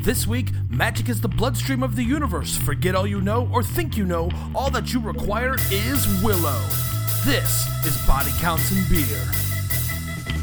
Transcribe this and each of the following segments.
This week, magic is the bloodstream of the universe. Forget all you know or think you know. All that you require is Willow. This is Body Counts and Beer.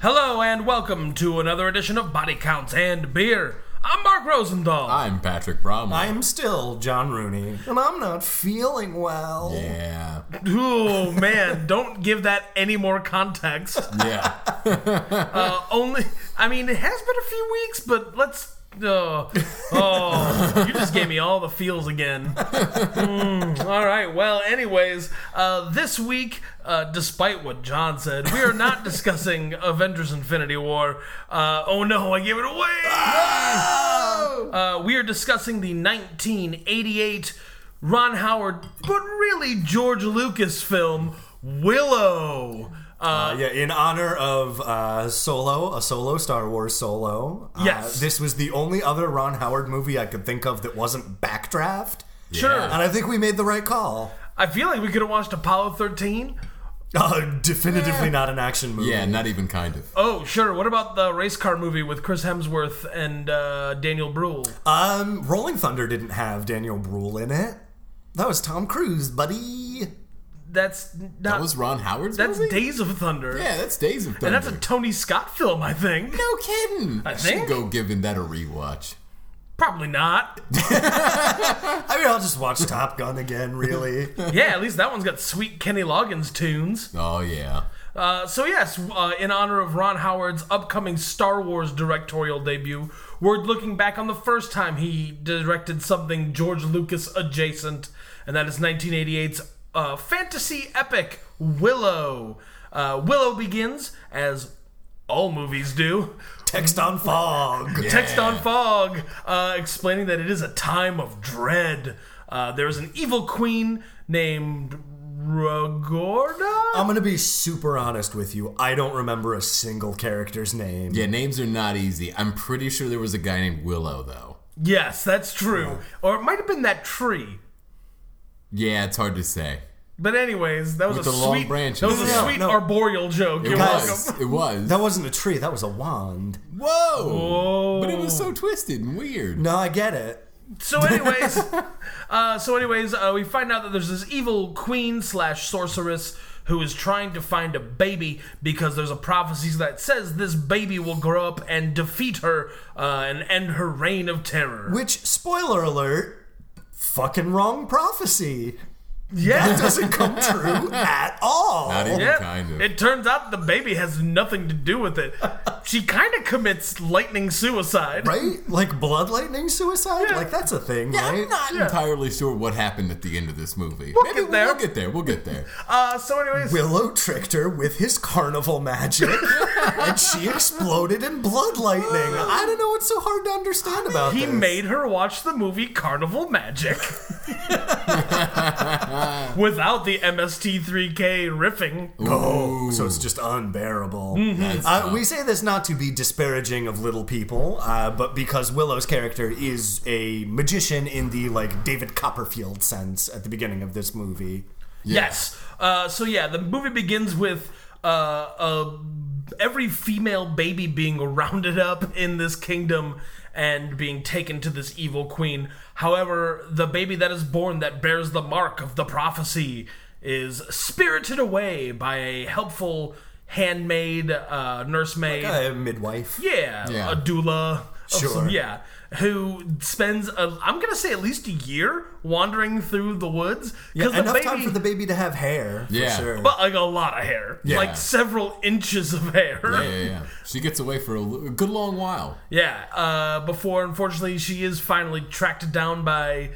Hello and welcome to another edition of Body Counts and Beer. I'm Mark Rosenthal. I'm Patrick Bromley. I'm still John Rooney, and I'm not feeling well. yeah, oh man, don't give that any more context. yeah. Uh, only, I mean, it has been a few weeks, but let's. Uh, oh, you just gave me all the feels again. Mm, all right. Well, anyways, uh, this week, uh, despite what John said, we are not discussing Avengers: Infinity War. Uh, oh no, I gave it away. uh, we are discussing the 1988 Ron Howard, but really George Lucas film Willow. Uh, yeah, in honor of uh, Solo, a solo Star Wars solo. Uh, Yes. this was the only other Ron Howard movie I could think of that wasn't Backdraft, Sure. and I think we made the right call. I feel like we could have watched Apollo 13. Uh, definitively not an action movie. Yeah, not even kind of. Oh, sure. What about the race car movie with Chris Hemsworth and uh, Daniel Bruhl? Um, Rolling Thunder didn't have Daniel Bruhl in it. That was Tom Cruise, buddy. That's not. That was Ron Howard's that's movie? Days of Thunder. yeah, that's Days of Thunder. And that's a Tony Scott film, I think. no kidding. I think. should go giving that a rewatch. Probably not. I mean, I'll just watch Top Gun again, really. Yeah, at least that one's got sweet Kenny Loggins tunes. Oh yeah. Uh, so, yes, uh, in honor of Ron Howard's upcoming Star Wars directorial debut, we're looking back on the first time he directed something George Lucas adjacent, and that is 1988's uh, fantasy epic Willow. Uh, Willow begins, as all movies do, Text on fog. Text on fog, uh, explaining that it is a time of dread. Uh, there is an evil queen named Ragorda. I'm gonna be super honest with you. I don't remember a single character's name. Yeah, names are not easy. I'm pretty sure there was a guy named Willow though. Yes, that's true. Or it might have been that tree. Yeah, it's hard to say. But anyways, that was With a the long sweet, branches. that was a No, sweet no. arboreal joke. It You're was. welcome. It was. That wasn't a tree. That was a wand. Whoa. But it was so twisted and weird. No, I get it. So, anyways, uh, so anyways, uh, we find out that there's this evil queen slash sorceress who is trying to find a baby because there's a prophecy that says this baby will grow up and defeat her uh, and end her reign of terror. Which, spoiler alert, fucking wrong prophecy. That Yeah. doesn't come true at all. Not even Yeah, kind of. it turns out the baby has nothing to do with it. She kind of commits lightning suicide. right? Like blood lightning suicide? Like that's a thing, right? I'm not entirely sure what happened at the end of this movie. We'll Maybe get there. We'll get there. We'll get there. Uh, so, anyways, Willow tricked her with his carnival magic, and she exploded in blood lightning. I don't know what's so hard to understand about He this. made her watch the movie Carnival Magic without the MST3K riffing. Oh, so it's just unbearable. That's Uh, we say this not to be disparaging of little people, uh, but because Willow's character is a magician in the like David Copperfield sense at the beginning of this movie. Yes. Uh, so yeah, the movie begins with uh, uh, every female baby being rounded up in this kingdom and being taken to this evil queen. However, the baby that is born that bears the mark of the prophecy is spirited away by a helpful handmaid, uh, nursemaid. Uh, midwife. Yeah, Yeah. a doula. of Sure. some- yeah, who spends a, I'm gonna say at least a year wandering through the woods because the Enough baby, time for the baby to have hair. for Yeah. sure. but like a lot of hair, like several inches of hair. Yeah, yeah, yeah. She gets away for a l- a good long while. Yeah, uh, before unfortunately she is finally tracked down by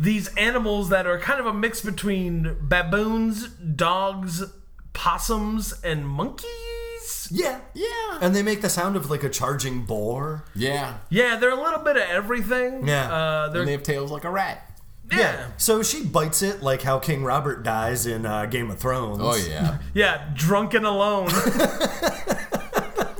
these animals that are kind of a mix between baboons, dogs, possums, and monkeys. yeah. Yeah. And they make the sound of like a charging boar. Yeah. Yeah, they're a little bit of everything. Yeah. uh, they're And they have tails like a rat. yeah. So she bites it like how King Robert dies in uh, Game of Thrones. Oh yeah. Yeah, drunk and alone.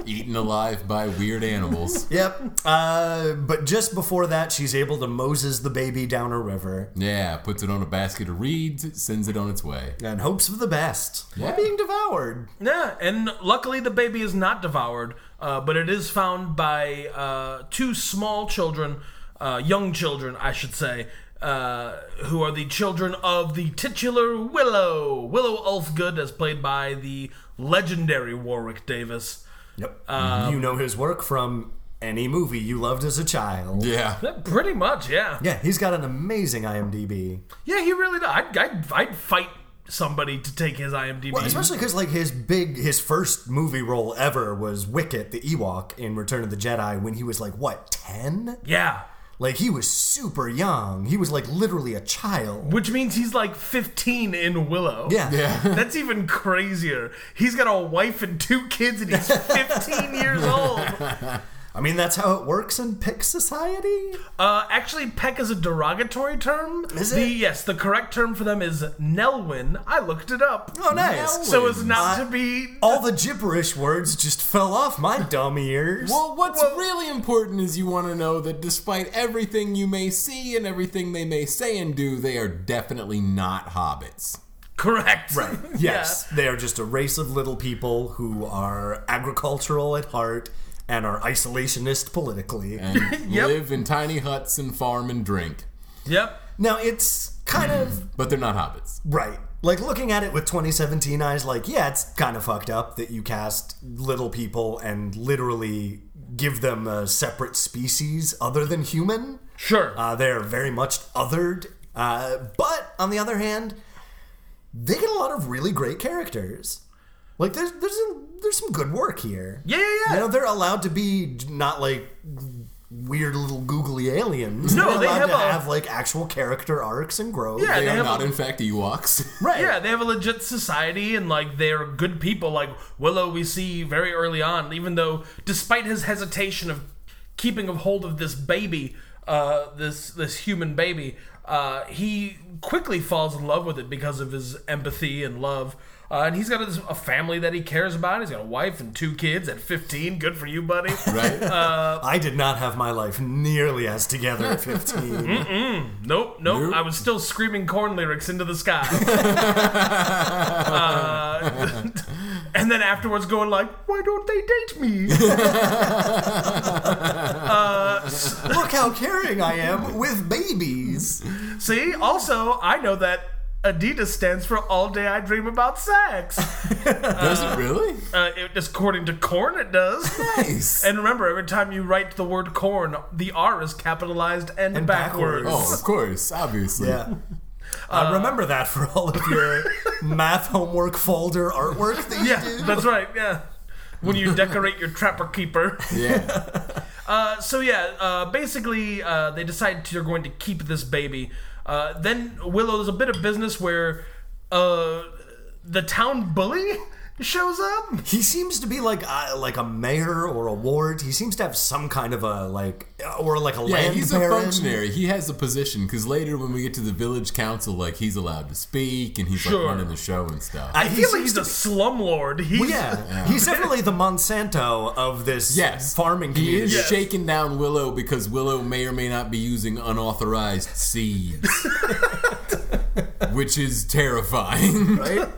eaten alive by weird animals. Yep. Uh, but just before that, she's able to Moses the baby down a river Yeah, puts it on a basket of reeds, sends it on its way. and hopes for the best while Yeah. being devoured. Yeah, and luckily the baby is not devoured, uh, but it is found by uh, two small children, uh, young children, I should say, uh, who are the children of the titular Willow. Willow Ulfgood, as played by the legendary Warwick Davis. Yep. you know his work from any movie you loved as a child. Yeah. Yeah, Pretty much, yeah. Yeah, he's got an amazing IMDb. Yeah, he really does. I'd, I'd, I'd fight somebody to take his IMDb. Well, especially because like his big, his first movie role ever was Wicket the Ewok in Return of the Jedi when he was like what ten? yeah. Like he was super young. He was like literally a child. Which means he's like 15 in Willow. Yeah. Yeah. That's even crazier. He's got a wife and two kids, and he's 15 years old. I mean, that's how it works in Pick Society. Uh, actually, peck is a derogatory term. Is The, it? yes, the correct term for them is Nelwyn. I looked it up. Oh, nice. Now So as not Uh, to be. All the gibberish words just fell off my dumb ears. Well, what's really important is you want to know that despite everything you may see and everything they may say and do, they are definitely not hobbits. Correct. Right. Yes, they are just a race of little people who are agricultural at heart and are isolationist politically. And Yep. live in tiny huts and farm and drink. Yep. Now, it's kind of But they're not hobbits. right. Like looking at it with 2017 eyes, like, yeah, it's kind of fucked up that you cast little people and literally give them a separate species other than human. Sure. Uh, they're very much othered. Uh, but on the other hand, they get a lot of really great characters. Like there's there's a, there's some good work here. Yeah, yeah, yeah. You know they're allowed to be not like weird little googly aliens. No, they're they allowed have to a- have like actual character arcs and growth. Yeah, They they are have not, a- in fact, Ewoks. right. yeah, they have a legit society and like they're good people. Like Willow, we see very early on, even though despite his hesitation of keeping a hold of this baby, uh, this this human baby, uh, he quickly falls in love with it because of his empathy and love. Uh, and he's got a, a family that he cares about. He's got a wife and two kids at 15. Good for you, buddy. right? I did not have my life nearly as together at 15. Nope, nope, I was still screaming corn lyrics into the sky. Uh, and then afterwards going like, why don't they date me? Look how caring I am with babies. See, also, I know that Adidas stands for All Day I Dream About Sex. Does it really? Uh, it, according to corn, it does. Nice. And remember, every time you write the word corn, the R is capitalized and, And backwards. backwards. oh, of course, obviously. Yeah. Uh, remember that for all of your math homework folder artwork that you Yeah, do. that's right, yeah. When you decorate your Trapper Keeper. Yeah. so yeah, uh, basically uh, they decide to, they're going to keep this baby. Uh, then Willow, there's a bit of business where uh, the town bully shows up. He seems to be like uh, like a mayor or a ward. He seems to have some kind of a like uh, or like a Yeah, land he's baron. a functionary. He has a position because later when we get to the village council, like he's allowed to speak and he's Sure. like running the show and stuff. I he feel like he's seems a slumlord. He's, Well, Uh, yeah. he's definitely the Monsanto of this yes, farming He community. is Yes. shaking down Willow because Willow may or may not be using unauthorized seeds, which is terrifying. Right?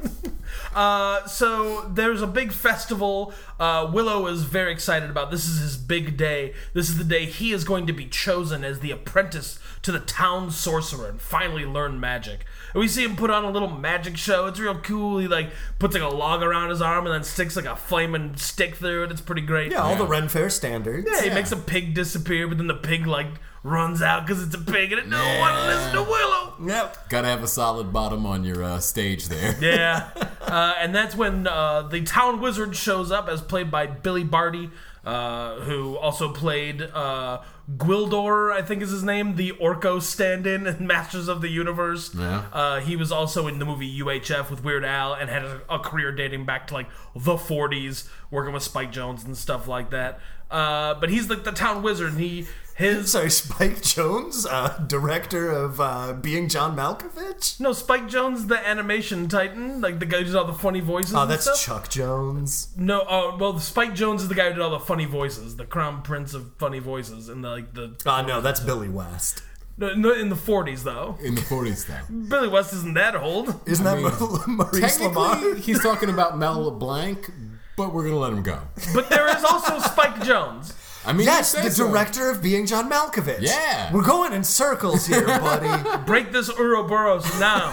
Uh, so there's a big festival. Uh, Willow is very excited about. This is his big day. This is the day he is going to be chosen as the apprentice to the town sorcerer and finally learn magic. And we see him put on a little magic show. It's real cool. He like puts like a log around his arm and then sticks like a flaming stick through it. It's pretty great. Yeah, oh, all the Ren Fair standards. Yeah, he makes a pig disappear, but then the pig like runs out because it's a pig and it doesn't Yeah. want to listen to Willow. Yep. Gotta have a solid bottom on your uh, stage there. Yeah, uh, and that's when uh, the town wizard shows up, as played by Billy Barty, uh, who also played uh, Gwildor, I think is his name, the Orko stand-in in Masters of the Universe. Yeah. Uh, he was also in the movie UHF with Weird Al, and had a, a career dating back to like the '40s, working with Spike Jones and stuff like that. Uh, but he's like the town wizard, and he His Sorry, Spike Jones, uh, director of uh, Being John Malkovich. no Spike Jones, the animation titan, like the guy who did all the funny voices. Oh, and that's stuff? Chuck Jones. No, uh, well, Spike Jones is the guy who did all the funny voices, the crown prince of funny voices, in the like the Ah, no, that's Billy West. no, no, in the forties though. in the 40s though. Billy West isn't that old. Isn't that mean, Maurice Lamar? Technically, he's talking about Mel LeBlanc, but we're gonna let him go. But there is also Spike Jones. I mean, Yes, he the says so. director of Being John Malkovich. Yeah. We're going in circles here, buddy. Break this Ouroboros now.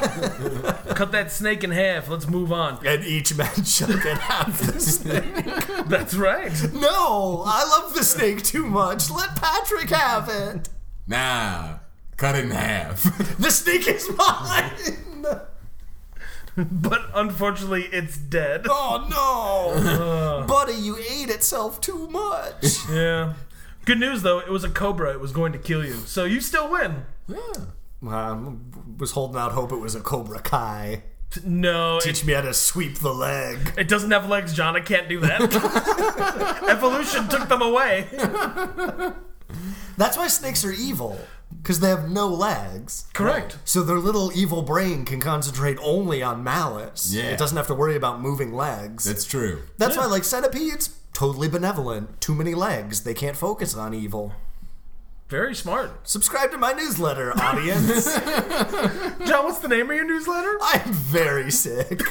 Cut that snake in half. Let's move on. and each man shall get half the snake. That's right. No, I love the snake too much. Let Patrick have it. Nah, cut it in half. The snake is mine. But unfortunately, it's dead. Oh no. buddy, you ate itself too much. Yeah. Good news though, it was a cobra. It was going to kill you, so you still win. yeah. Um, was holding out hope it was a Cobra Kai. No, it, Teach me how to sweep the leg. it doesn't have legs, John. I can't do that. Evolution took them away. That's why snakes are evil, because they have no legs. Correct. So their little evil brain can concentrate only on malice. Yeah. It doesn't have to worry about moving legs. That's true. That's why, like centipedes, totally benevolent. Too many legs, they can't focus on evil. Very smart. Subscribe to my newsletter, audience. John, what's the name of your newsletter? I'm very sick.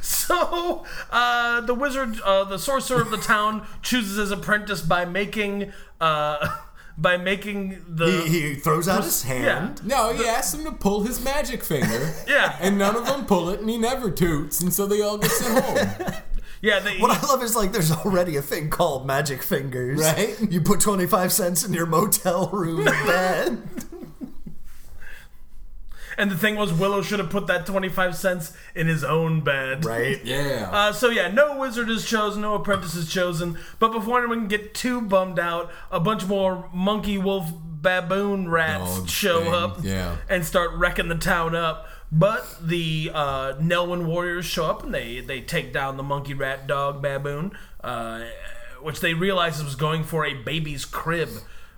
So, uh, the wizard, uh, the sorcerer of the town, chooses his apprentice by making, uh, by making the. He, he throws out his yeah. hand. No, he asks him to pull his magic finger. Yeah. And none of them pull it, and he never toots, and so they all get sent home. Yeah, they, What I love is like there's already a thing called magic fingers. Right. You put 25 cents in your motel room bed. and the thing was, Willow should have put that 25 cents in his own bed. Right. Yeah. Uh, so yeah, no wizard is chosen, no apprentice is chosen. But before anyone can get too bummed out, a bunch more monkey, wolf, baboon rats Dog show thing, up yeah. and start wrecking the town up. But the uh, Nelwyn warriors show up and they they take down the monkey, rat, dog, baboon, uh, which they realize was going for a baby's crib.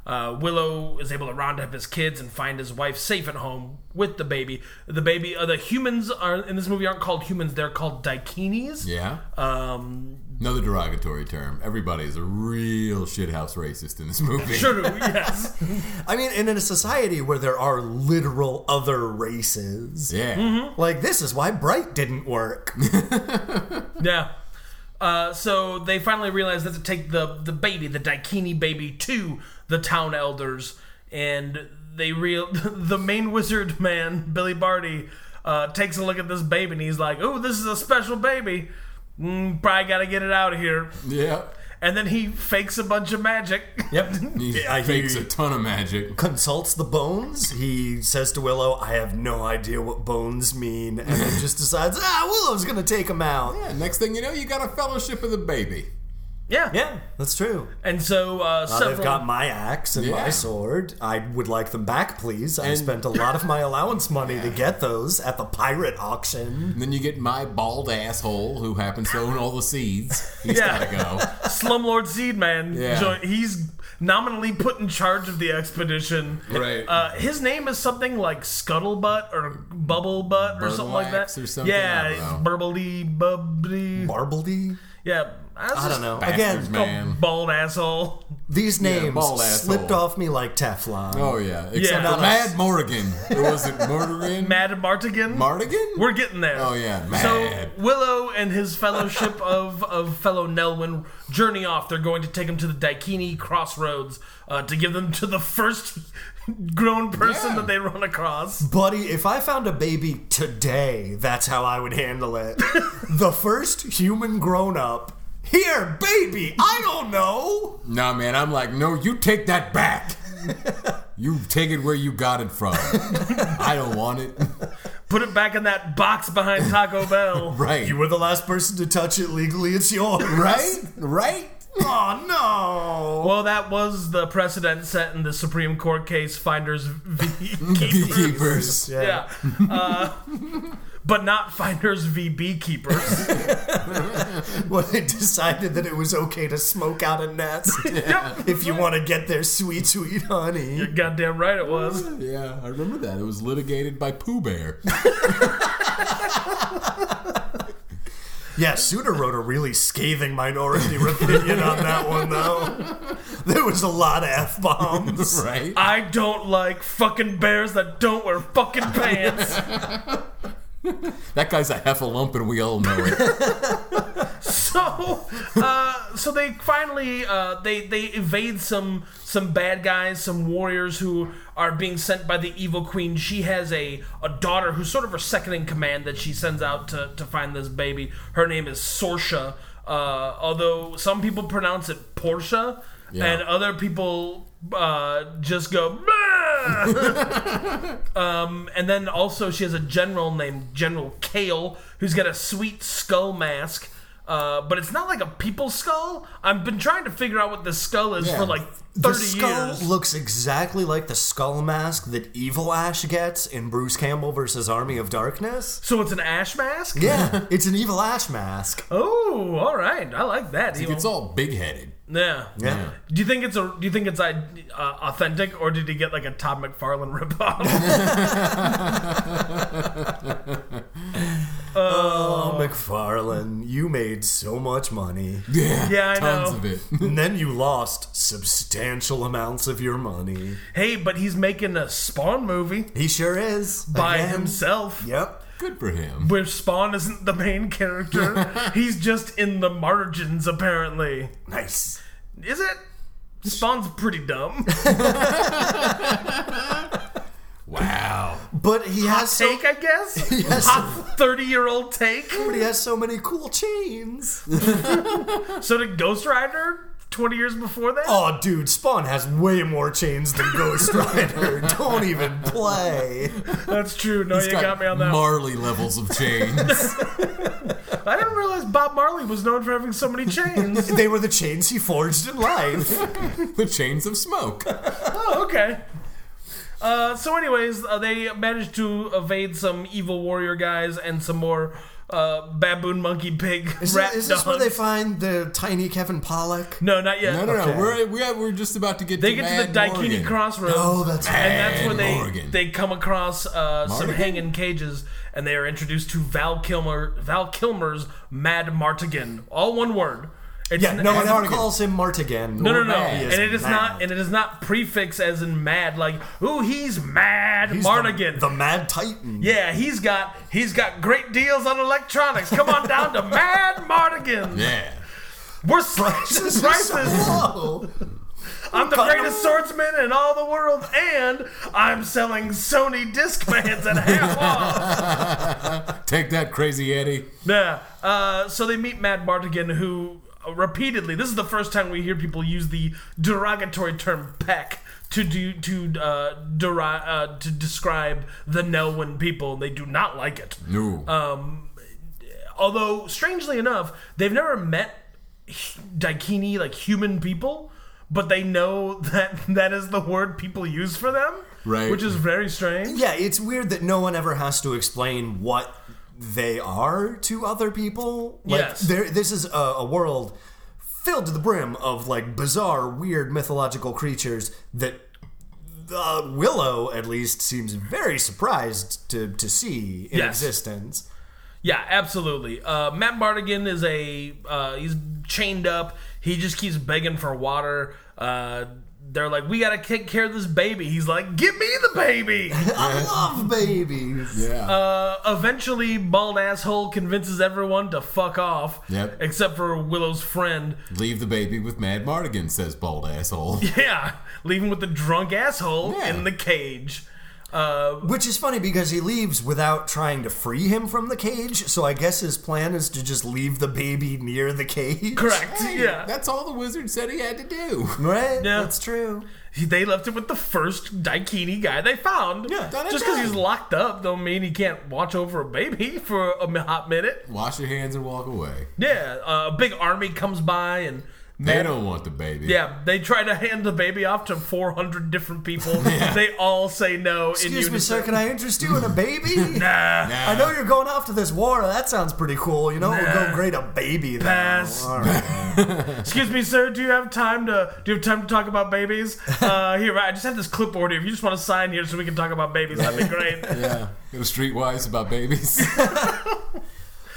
Uh, Willow is able to round up his kids and find his wife safe at home with the baby. The baby, uh, the humans are in this movie aren't called humans; they're called daikinis. yeah. Um, Another derogatory term. Everybody is a real shithouse racist in this movie. sure, yes. I mean, and in a society where there are literal other races, Yeah. like this is why Bright didn't work. Yeah. Uh, so they finally realize they have to take the, the baby, the Daikini baby, to the town elders, and they real the main wizard man, Billy Barty, uh, takes a look at this baby and he's like, "Oh, this is a special baby. Mm, probably got to get it out of here." Yeah. And then he fakes a bunch of magic. Yep. He I fakes hear a you. ton of magic. Consults the bones. He says to Willow, "I have no idea what bones mean," and then just decides, "Ah, Willow's gonna take him out." Yeah, next thing you know, you got a fellowship of the baby. Yeah. Yeah, that's true. And so uh, Uh, several. they've got my axe and Yeah. my sword. I would like them back, please. I And- spent a lot of my allowance money to get those at the pirate auction. And then you get my bald asshole who happens to own all the seeds. He's Yeah. gotta go. Slumlord Seedman. Yeah. join- he's nominally put in charge of the expedition. Right. Uh, his name is something like Scuttlebutt or Bubblebutt or something like that. Burbleax or something? I Yeah, don't know. burbly bubbly. Barbledy? Yeah, I, was I just don't know. Bastards, Again, A man. bald asshole. these names bald asshole. slipped off me like Teflon. Oh, yeah. Except Yeah. for Mad Morgan. Or was it Murderin? Mad Martigan. Mardigan? We're getting there. Oh, yeah, So Mad. Willow and his fellowship of, of fellow Nelwyn journey off. They're going to take him to the Daikini Crossroads uh, to give them to the first grown person Yeah. that they run across. Buddy, if I found a baby today, that's how I would handle it. the first human grown up. Here, baby, I don't know. No, man, I'm like, no, you take that back. you take it where you got it from. I don't want it. Put it back in that box behind Taco Bell. Right. You were the last person to touch it legally, it's yours. right? Right? Oh, no. Well, that was the precedent set in the Supreme Court case Finders v. Keepers. Beekeepers. Yeah. Uh, but not finders v beekeepers. Well, they decided that it was okay to smoke out a nest if you want to get their sweet, sweet honey. Goddamn right it was. Yeah, I remember that. It was litigated by Pooh Bear. Yeah, Suter wrote a really scathing minority opinion on that one, though. There was a lot of f bombs. right? I don't like fucking bears that don't wear fucking pants. That guy's a heffalump, and we all know it. so, uh, so they finally uh, they they evade some some bad guys, some warriors who are being sent by the evil queen. She has a a daughter who's sort of her second in command that she sends out to to find this baby. Her name is Sorsha. Uh, although some people pronounce it Portia, Yeah. and other people uh, just go. "Bah!" and then also she has a general named General Kale who's got a sweet skull mask. Uh, but it's not like a people skull. I've been trying to figure out what this skull is Yeah. for like The thirty skull years. looks exactly like the skull mask that Evil Ash gets in Bruce Campbell versus Army of Darkness. so it's an ash mask. Yeah, it's an Evil Ash mask. Oh, all right. I like that. It's all big headed. yeah. Yeah. Do you think it's a? Do you think it's uh, authentic, or did he get like a Todd McFarlane ripoff? Oh, McFarlane, you made so much money. Yeah, Yeah, I tons know. of it. And then you lost substantial amounts of your money. hey, but he's making a Spawn movie He sure is. by Again. himself. Yep. Good for him. Where Spawn isn't the main character, he's just in the margins apparently. Nice. Is it? Spawn's pretty dumb. Wow. But he has so Take, I guess. he has so, Hot thirty-year-old take. but he has so many cool chains. So did Ghost Rider twenty years before that. Oh, dude, Spawn has way more chains than Ghost Rider. Don't even play. That's true. No, you He's got, me on that. one. Marley levels of change. I didn't realize Bob Marley was known for having so many chains. They were the chains he forged in life. the chains of smoke. oh, okay. Uh, so, anyways, uh, they managed to evade some evil warrior guys and some more uh, baboon monkey pig Is, rat it, is this where dogs. they find the tiny Kevin Pollock? no, not yet. No, no, no. Okay. We're, we're, we're just about to get They to get to Mad the Daikini Morgan. Crossroads. Oh, that's and that's where Mad they Morgan. they come across uh, some Morgan? hanging cages, and they are introduced to Val Kilmer, Val Kilmer's Mad Martigan, all one word. It's Yeah, n- no one ever Martigan. calls him Martigan. no, no, Or no, mad. He and is it is mad. not, and it is not prefix as in mad, like ooh, he's mad He's Martigan. The, the Mad Titan. yeah, he's got he's got great deals on electronics. Come on down to Mad Martigan. Yeah. We're slashing This is so prices. low. I'm the Cut 'em. greatest swordsman in all the world, and I'm selling Sony Discmans at half off. Take that, crazy Eddie. Yeah. Uh, so they meet Mad Martigan, who uh, repeatedly, this is the first time we hear people use the derogatory term peck. To do to uh, deri- uh, to describe the Nelwyn people, they do not like it. No. Uh, Although, strangely enough, they've never met h- Daikini like human people, but they know that that is the word people use for them, Right. Which is very strange. Yeah, it's weird that no one ever has to explain what they are to other people. Like, Yes. there, this is a, a world filled to the brim of like bizarre, weird mythological creatures that uh, Willow, at least, seems very surprised to to see in Yes. existence. Yeah, absolutely. Uh, Matt Mardigan is a uh, he's chained up. He just keeps begging for water. Uh, they're like, we gotta take care of this baby. He's like, give me the baby. I love babies. yeah. Uh, eventually, bald asshole convinces everyone to fuck off, Yep. except for Willow's friend, Leave the baby with Mad Mardigan, says bald asshole. Yeah, leaving with the drunk asshole Yeah. in the cage. Uh, Which is funny because he leaves without trying to free him from the cage. So I guess his plan is to just leave the baby near the cage. correct. Hey, yeah, That's all the wizard said he had to do. Right? Yeah. That's true. He- they left him with the first Daikini guy they found. Yeah, done and just because done. he's locked up don't mean he can't watch over a baby for a mi- hot minute. Wash your hands and walk away. Yeah, uh, a big army comes by and They don't want the baby. Yeah, they try to hand the baby off to 400 different people. They all say no. Excuse in me, sir, unison. Ah. can I interest you in a baby? Nah. Nah. I know you're going off to this war. That sounds pretty cool. You know, it would go great a baby. though. Pass. All right. Excuse me, sir. Do you have time to do you have time to talk about babies? Uh, here, I just have this clipboard here. If you just want to sign here so we can talk about babies, that'd be great. yeah. Go to streetwise about babies.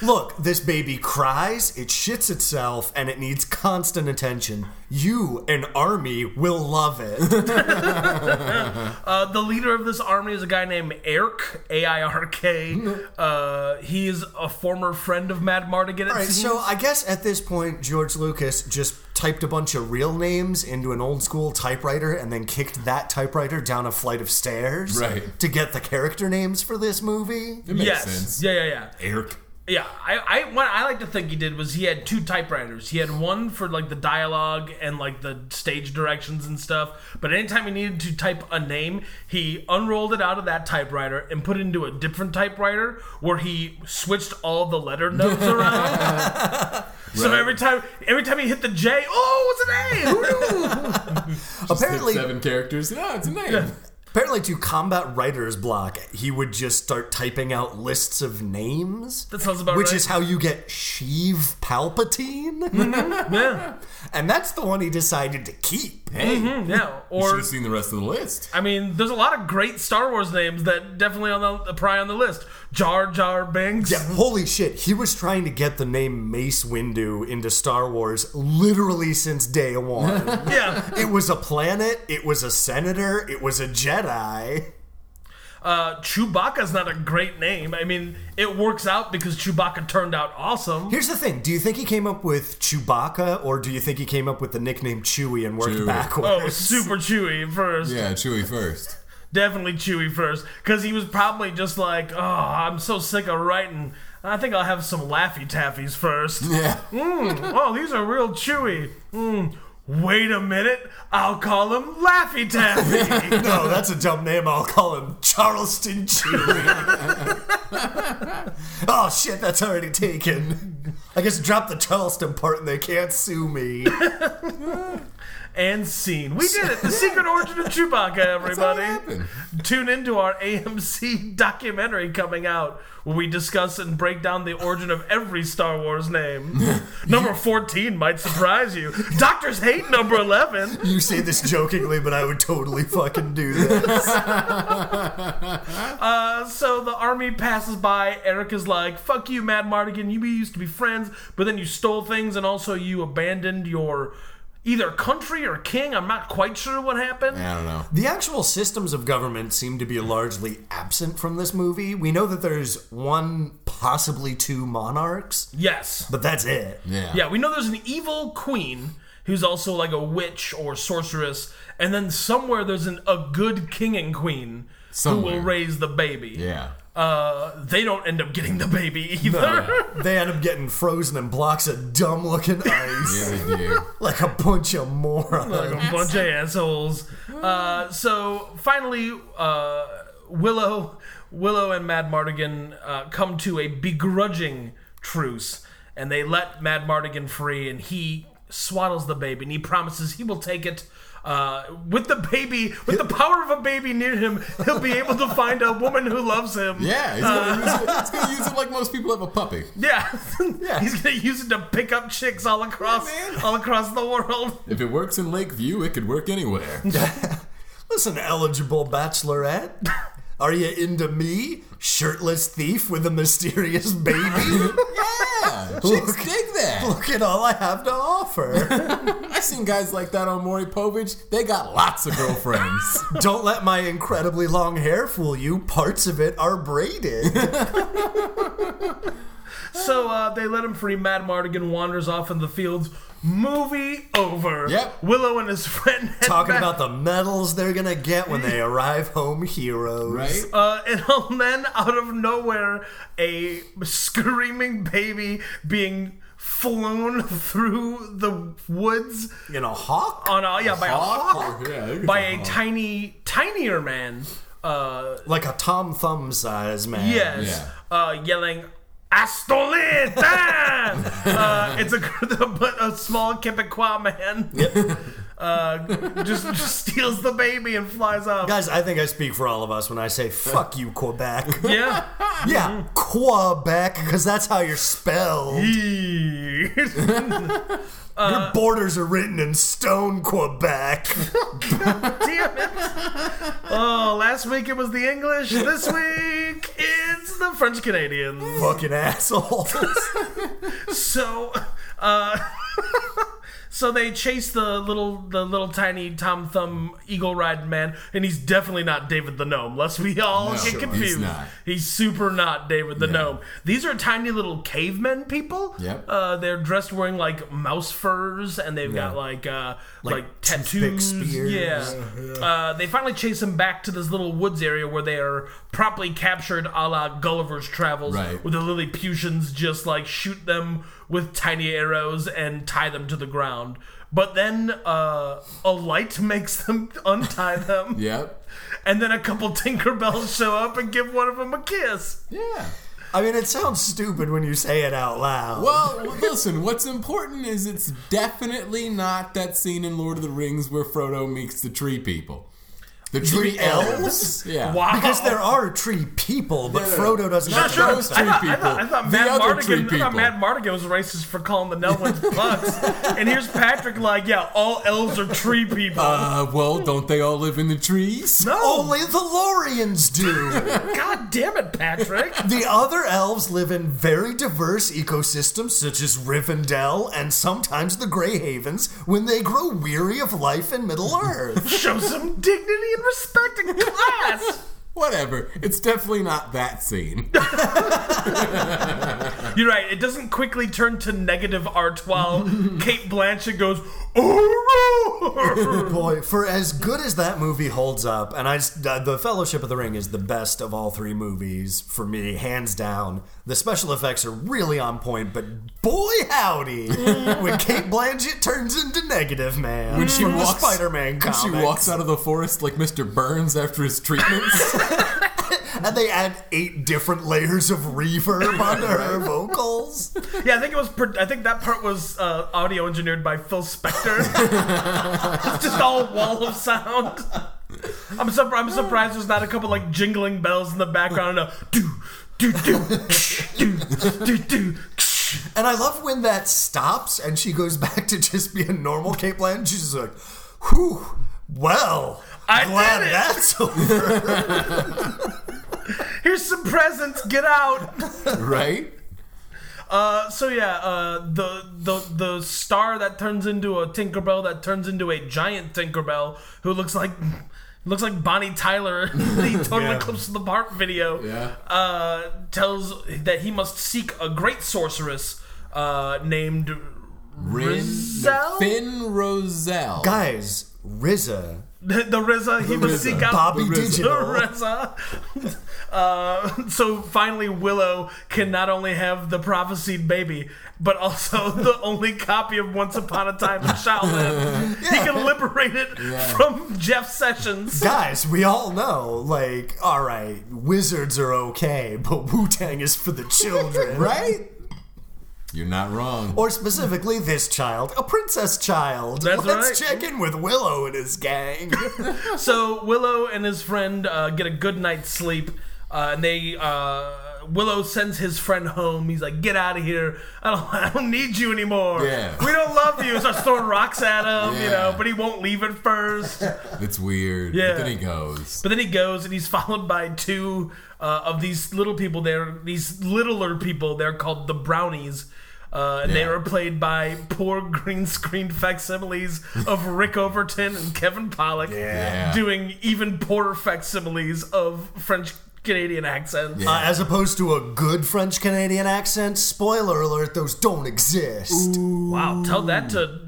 Look, this baby cries, it shits itself, and it needs constant attention. You, an army, will love it. Uh, the leader of this army is a guy named Eric A I R K. Mm-hmm. Uh, he is a former friend of Mad Mardigan. It All right, seems. so I guess at this point, George Lucas just typed a bunch of real names into an old school typewriter and then kicked that typewriter down a flight of stairs Right. to get the character names for this movie. It makes yes, sense. yeah, yeah, yeah. Eric. Yeah, I, I what I like to think he did was he had two typewriters. He had one for like the dialogue and like the stage directions and stuff. But anytime he needed to type a name, he unrolled it out of that typewriter and put it into a different typewriter where he switched all the letter notes around. So Right. every time every time he hit the J, oh, it's an A. Who knew? apparently, Seven characters. No, it's a name. apparently, to combat writer's block, he would just start typing out lists of names. That sounds about which right. is how you get Sheev Palpatine. yeah, And that's the one he decided to keep. Hey. yeah. Should Or have seen the rest of the list. I mean, there's a lot of great Star Wars names that definitely on the probably on the list. Jar Jar Binks. Yeah, holy shit. He was trying to get the name Mace Windu into Star Wars literally since day one. yeah. it was a planet, it was a senator, it was a Jedi. Uh, Chewbacca's not a great name. I mean, it works out because Chewbacca turned out awesome. Here's the thing do you think he came up with Chewbacca, or do you think he came up with the nickname Chewie and worked Chewie. Oh, backwards? super Chewy first. Yeah, Chewy first. Definitely Chewy first. Because he was probably just like, oh, I'm so sick of writing. I think I'll have some Laffy Taffies first. Yeah. Mm, oh, these are real chewy. Mm, wait a minute. I'll call him Laffy Taffy. No, that's a dumb name. I'll call him Charleston Chewie. oh shit, that's already taken. I guess drop the Charleston part and they can't sue me. and scene. We did it. The secret origin of Chewbacca, What everybody. happened? Tune into our AMC documentary coming out where we discuss and break down the origin of every Star Wars name. number 14 might surprise you. Doctors hate number 11. You say this jokingly, but I would totally fucking do this. Uh, so the army passes by. Eric is like, fuck you, Mad Mardigan. You we used to be friends, but then you stole things and also you abandoned your either country or king. I'm not quite sure what happened. I don't know. The actual systems of government seem to be largely absent from this movie. We know that there's one, possibly two monarchs, Yes. but that's it. Yeah. Yeah, we know there's an evil queen who's also like a witch or sorceress, and then somewhere there's an, a good king and queen who Somewhere. will raise the baby. Yeah. Uh, they don't end up getting the baby either. They end up getting frozen in blocks of dumb looking ice. Yeah, they do. Like a bunch of morons. like a bunch of assholes. Uh, so finally, uh, Willow, Willow, and Mad Mardigan uh, come to a begrudging truce, and they let Mad Mardigan free, and he swaddles the baby, and he promises he will take it. Uh, with the baby, with the power of a baby near him, he'll be able to find a woman who loves him. Yeah, he's Uh. gonna, use it, he's gonna use it like most people have a puppy. yeah. He's gonna use it to pick up chicks all across, Yeah, man. all across the world. If it works in Lakeview, it could work anywhere. Listen, eligible bachelorette. Are you into me? Shirtless thief with a mysterious baby? Yeah, chicks dig that. Look at all I have to offer. I've seen guys like that on Maury Povich. They got lots of girlfriends. Don't let my incredibly long hair fool you. Parts of it are braided. So uh, they let him free. Mad Mardigan wanders off in the fields. Movie over. Yep. Willow and his friend head Talking back- about the medals they're gonna get when they arrive home heroes. right? Uh, and then out of nowhere, a screaming baby being flown through the woods In a hawk? on a yeah by a hawk Yeah, they could by say a hawk. tiny tiny tinier man. Uh, Like a Tom Thumb size man. yes. Uh, yelling. Astolita! uh, it's a but a small Quebecois man uh, just, just steals the baby and flies off. Guys, I think I speak for all of us when I say fuck you, Quebec. Yeah. yeah, Quebec, because that's how you're spelled. Uh, Your borders are written in stone, Quebec. Damn it. Oh, last week it was the English. This week it's the French Canadians. Fucking assholes. So, uh, so they chase the little, the little tiny Tom Thumb eagle riding man, and he's definitely not David the Gnome. Lest we all No, get sure, he's confused. not. He's super not David the Gnome. These are tiny little cavemen people. Yep. Uh, they're dressed wearing like mouse furs, and they've got like uh, like, toothpick tattoos. spears. Yeah. Uh, they finally chase him back to this little woods area where they are promptly captured, a la Gulliver's Travels, Right. where the Lilliputians just like shoot them with tiny arrows and tie them to the ground. But then uh, a light makes them untie them, Yep. and then a couple Tinkerbells show up and give one of them a kiss. Yeah. I mean, it sounds stupid when you say it out loud. Well, listen, what's important is it's definitely not that scene in Lord of the Rings where Frodo meets the tree people. The tree elves? Yeah. Wow. Because there are tree people, but Oh. Yeah. Frodo doesn't. Not get sure. those I two. thought, I people. thought, I thought The Matt other Mardigan, three I thought people. Matt Mardigan was racist for calling the Netherlands fucks. and here's Patrick like, yeah, all elves are tree people. Uh, well, don't they all live in the trees? no, Only the Lorians do. God damn it, Patrick. the other elves live in very diverse ecosystems, such as Rivendell and sometimes the Grey Havens, when they grow weary of life in Middle Earth. Show some dignity and respect in class. Whatever. It's definitely not that scene. You're right. It doesn't quickly turn to negative art while Kate Blanchett goes, "Oh, Boy, for as good as that movie holds up, and I, s- uh, the Fellowship of the Ring is the best of all three movies for me, hands down. The special effects are really on point, but boy howdy, when Kate Blanchett turns into Negative Man when she walks- the Spider-Man And comics, she walks out of the forest like Mr. Burns after his treatments. and they add eight different layers of reverb onto her vocals. Yeah, I think it was. pro- I think that part was uh, audio engineered by Phil Spector. it's just all wall of sound. I'm surprised. I'm surprised there's not a couple like jingling bells in the background and a do do do do do do. And I love when that stops and she goes back to just be a normal Kate Blanchett. She's just like, whew, well, I glad did it." that's over. Here's some presents. Get out. right? Uh, so yeah, uh, the the the star that turns into a Tinkerbell that turns into a giant Tinkerbell who looks like looks like Bonnie Tyler in the Total Yeah. Eclipse of the Heart video. Yeah. Uh, tells that he must seek a great sorceress uh, named Rizal. Finn Roselle. Guys, Rizza, The, the Rizza. He must Rizza. seek out Bobby The RZA. Digital. Rizza. Uh, so finally, Willow can not only have the prophesied baby, but also the only copy of Once Upon a Time in Shaolin. He can liberate it from Jeff Sessions. Guys, we all know, like, all right, wizards are okay, but Wu Tang is for the children. Right? You're not wrong. Or specifically, this child, a princess child. That's Let's right. check in with Willow and his gang. So Willow and his friend uh, get a good night's sleep, uh, and they. Uh, Willow sends his friend home. He's like, "Get out of here! I don't, I don't need you anymore. Yeah. We don't love you." Starts throwing rocks at him, you Yeah. know, but he won't leave at first. It's weird. Yeah. But then he goes. But then he goes and he's followed by two uh, of these little people. They're these littler people. They're called the Brownies. Uh, and They Yeah. were played by poor green screen facsimiles of Rick Overton and Kevin Pollock, Yeah. doing even poorer facsimiles of French Canadian accents. Uh, as opposed to a good French Canadian accent, spoiler alert, those don't exist. Wow, tell that to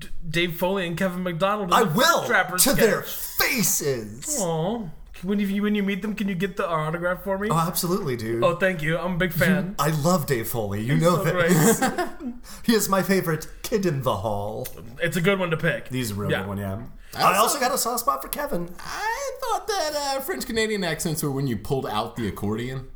D- Dave Foley and Kevin McDonald. in I the French will to Trappers sketch. their faces. Aw. When you when you meet them, can you get the autograph for me? Oh, absolutely, dude. oh, thank you. I'm a big fan. I love Dave Foley. You know So that. great. He is my favorite kid in the hall. It's a good one to pick. He's a real Yeah. good one, yeah. I also got a soft spot for Kevin. I thought that uh, French Canadian accents were when you pulled out the accordion.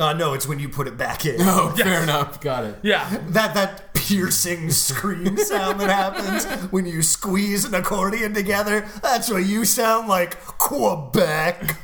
Uh, no, it's when you put it back in. Oh, fair enough. Got it. Yeah. That that piercing scream sound that happens when you squeeze an accordion together. That's what you sound like Quebec.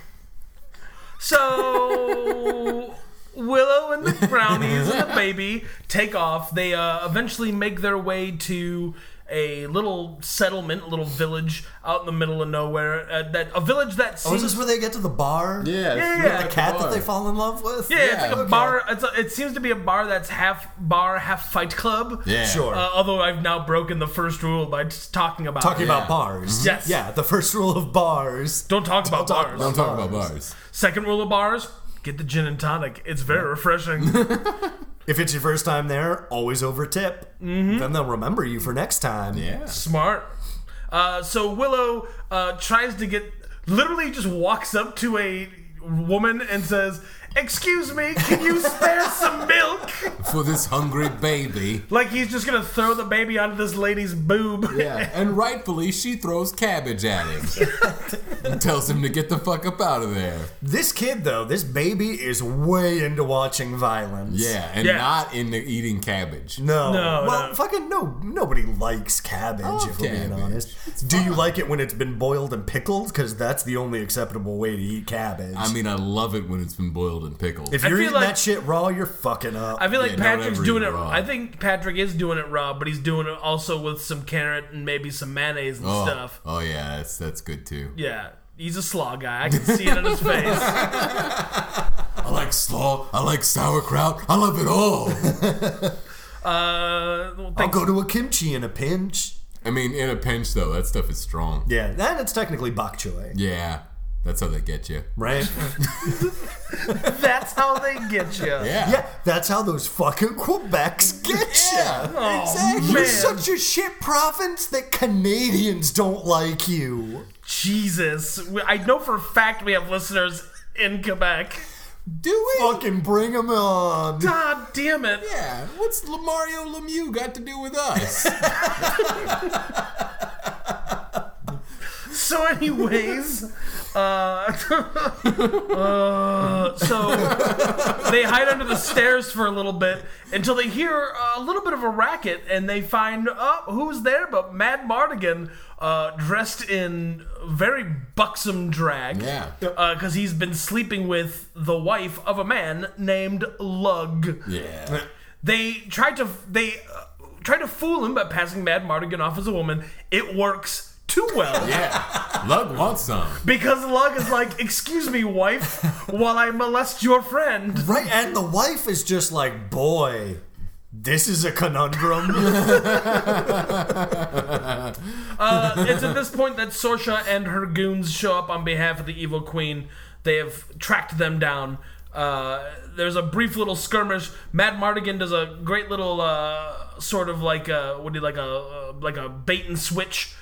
So Willow and the brownies and the baby take off. They uh, eventually make their way to a little settlement, a little village out in the middle of nowhere. Uh, that a village that Oh, is this seems. where they get to the bar? Yeah. it's Yeah, not yeah, yeah. at The cat that bar. they fall in love with? yeah, it's like a okay. bar. It's a, it seems to be a bar that's half bar, half fight club. Yeah. Sure. Uh, although I've now broken the first rule by just talking about Talking it. Yeah. about bars. Yes. Yeah, the first rule of bars. Don't talk about talk bars. Don't talk about bars. Second rule of bars: get the gin and tonic. It's very refreshing. If it's your first time there, always over tip. Mm-hmm. Then they'll remember you for next time. Yeah. Smart. Uh, so Willow uh, tries to get, literally just walks up to a woman and says, "Excuse me, can you spare some milk?" For this hungry baby. Like he's just gonna throw the baby onto this lady's boob. Yeah. And rightfully, she throws cabbage at him and tells him to get the fuck up out of there. This kid, though, this baby is way into watching violence. Yeah. And Yeah. not into eating cabbage. No. No, Well, no. fucking no. Nobody likes cabbage, love if we're being cabbage. honest. Do you like it when it's been boiled and pickled? Because that's the only acceptable way to eat cabbage. I mean, I love it when it's been boiled and pickled. if I you're feel eating like- that shit raw, you're fucking up. I feel like Yeah, no, Patrick's whatever doing you it. raw. I think Patrick is doing it raw, but he's doing it also with some carrot and maybe some mayonnaise and oh, stuff. oh, yeah. That's, that's good too. Yeah, he's a slaw guy. I can see it on his face. I like slaw. I like sauerkraut. I love it all. Uh, well, I'll thanks. go to a kimchi in a pinch. I mean, in a pinch, though, that stuff is strong. Yeah, and it's technically bok choy, Yeah. That's how they get you. right? That's how they get you. Yeah. yeah, that's how those fucking Quebecs get you. Yeah. Oh, Exactly. man. You're such a shit province that Canadians don't like you. Jesus. We- I know for a fact we have listeners in Quebec. Do it. Fucking bring them on. God damn it. Yeah, what's Mario Lemieux got to do with us? So, anyways, uh, uh, so they hide under the stairs for a little bit until they hear a little bit of a racket and they find, oh, who's there but Mad Mardigan, uh, dressed in very buxom drag. Yeah. Because he's been sleeping with the wife of a man named Lug. yeah. They tried to they uh, tried to fool him by passing Mad Mardigan off as a woman. It works too well Yeah. Lug wants some. because Lug is like, "Excuse me, wife, while I molest your friend." Right, and the wife is just like, boy, this is a conundrum. Uh, it's at this point that Sorsha and her goons show up on behalf of the evil queen. They have tracked them down. Uh, there's a brief little skirmish. Mad Mardigan does a great little uh, sort of like a, what do you like a uh, like a bait and switch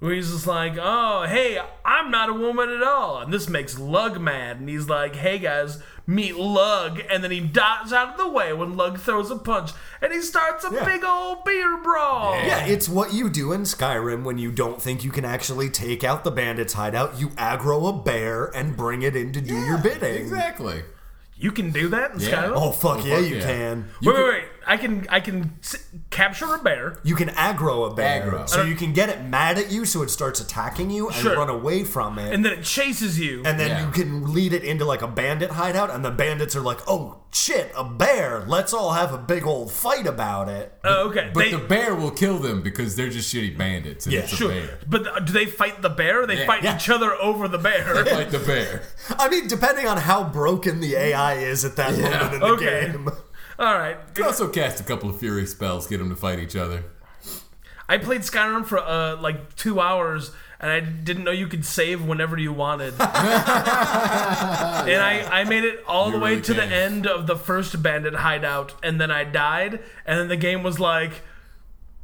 Where he's just like, oh, hey, I'm not a woman at all. And this makes Lug mad. And he's like, hey, guys, meet Lug. And then he dodges out of the way when Lug throws a punch. And he starts a Yeah. big old beer brawl. yeah, it's what you do in Skyrim when you don't think you can actually take out the bandits' hideout. You aggro a bear and bring it in to do your bidding. Exactly. You can do that in Yeah. Skyrim? Oh, fuck Oh, yeah, fuck you yeah. can. wait, wait, wait. I can, I can s- capture a bear. You can aggro a bear. Aggro. So you can get it mad at you so it starts attacking you and Sure. run away from it. And then it chases you. And then Yeah. you can lead it into like a bandit hideout, and the bandits are like, oh shit, a bear. Let's all have a big old fight about it. oh, okay. But they, the bear will kill them because they're just shitty bandits. And Yeah, it's a sure. bear. But uh, do they fight the bear? They Yeah. fight Yeah. each other over the bear. Like the bear. I mean, depending on how broken the AI is at that moment in the Okay. game. All right. You can also cast a couple of fury spells, get them to fight each other. I played Skyrim for uh, like two hours, and I didn't know you could save whenever you wanted. and I, I made it all the way really to can. the end of the first bandit hideout, and then I died, and then the game was like,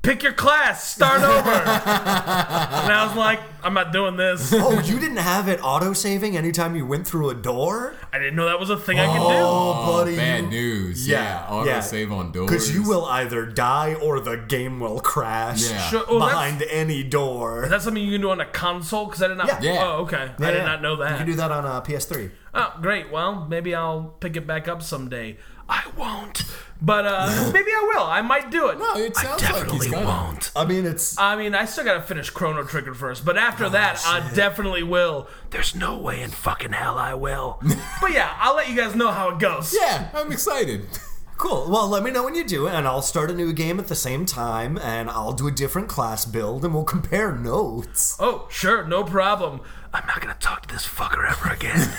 pick your class, start over. and I was like, I'm not doing this. Oh, you didn't have it auto saving anytime you went through a door? I didn't know that was a thing I could do. Oh, buddy. Bad news. Yeah. Auto save on doors. Because you will either die or the game will crash Yeah. Sure, well, that's- behind any door. That's something you can do on a console because I did not. Yeah. Yeah. Oh, okay. Yeah, I did yeah. not know You that. can do that on uh, PS3. oh, great. Well, maybe I'll pick it back up someday. I won't, but uh, maybe I will. I might do it. No, Oh, it I sounds like he's definitely gonna. won't. I mean, it's I mean, I still gotta finish Chrono Trigger first, but after that, I definitely will. There's no way in fucking hell I will. but yeah, I'll let you guys know how it goes. Yeah, I'm excited. cool. Well, let me know when you do it, and I'll start a new game at the same time, and I'll do a different class build, and we'll compare notes. Oh, sure, no problem. I'm not gonna talk to this fucker ever again.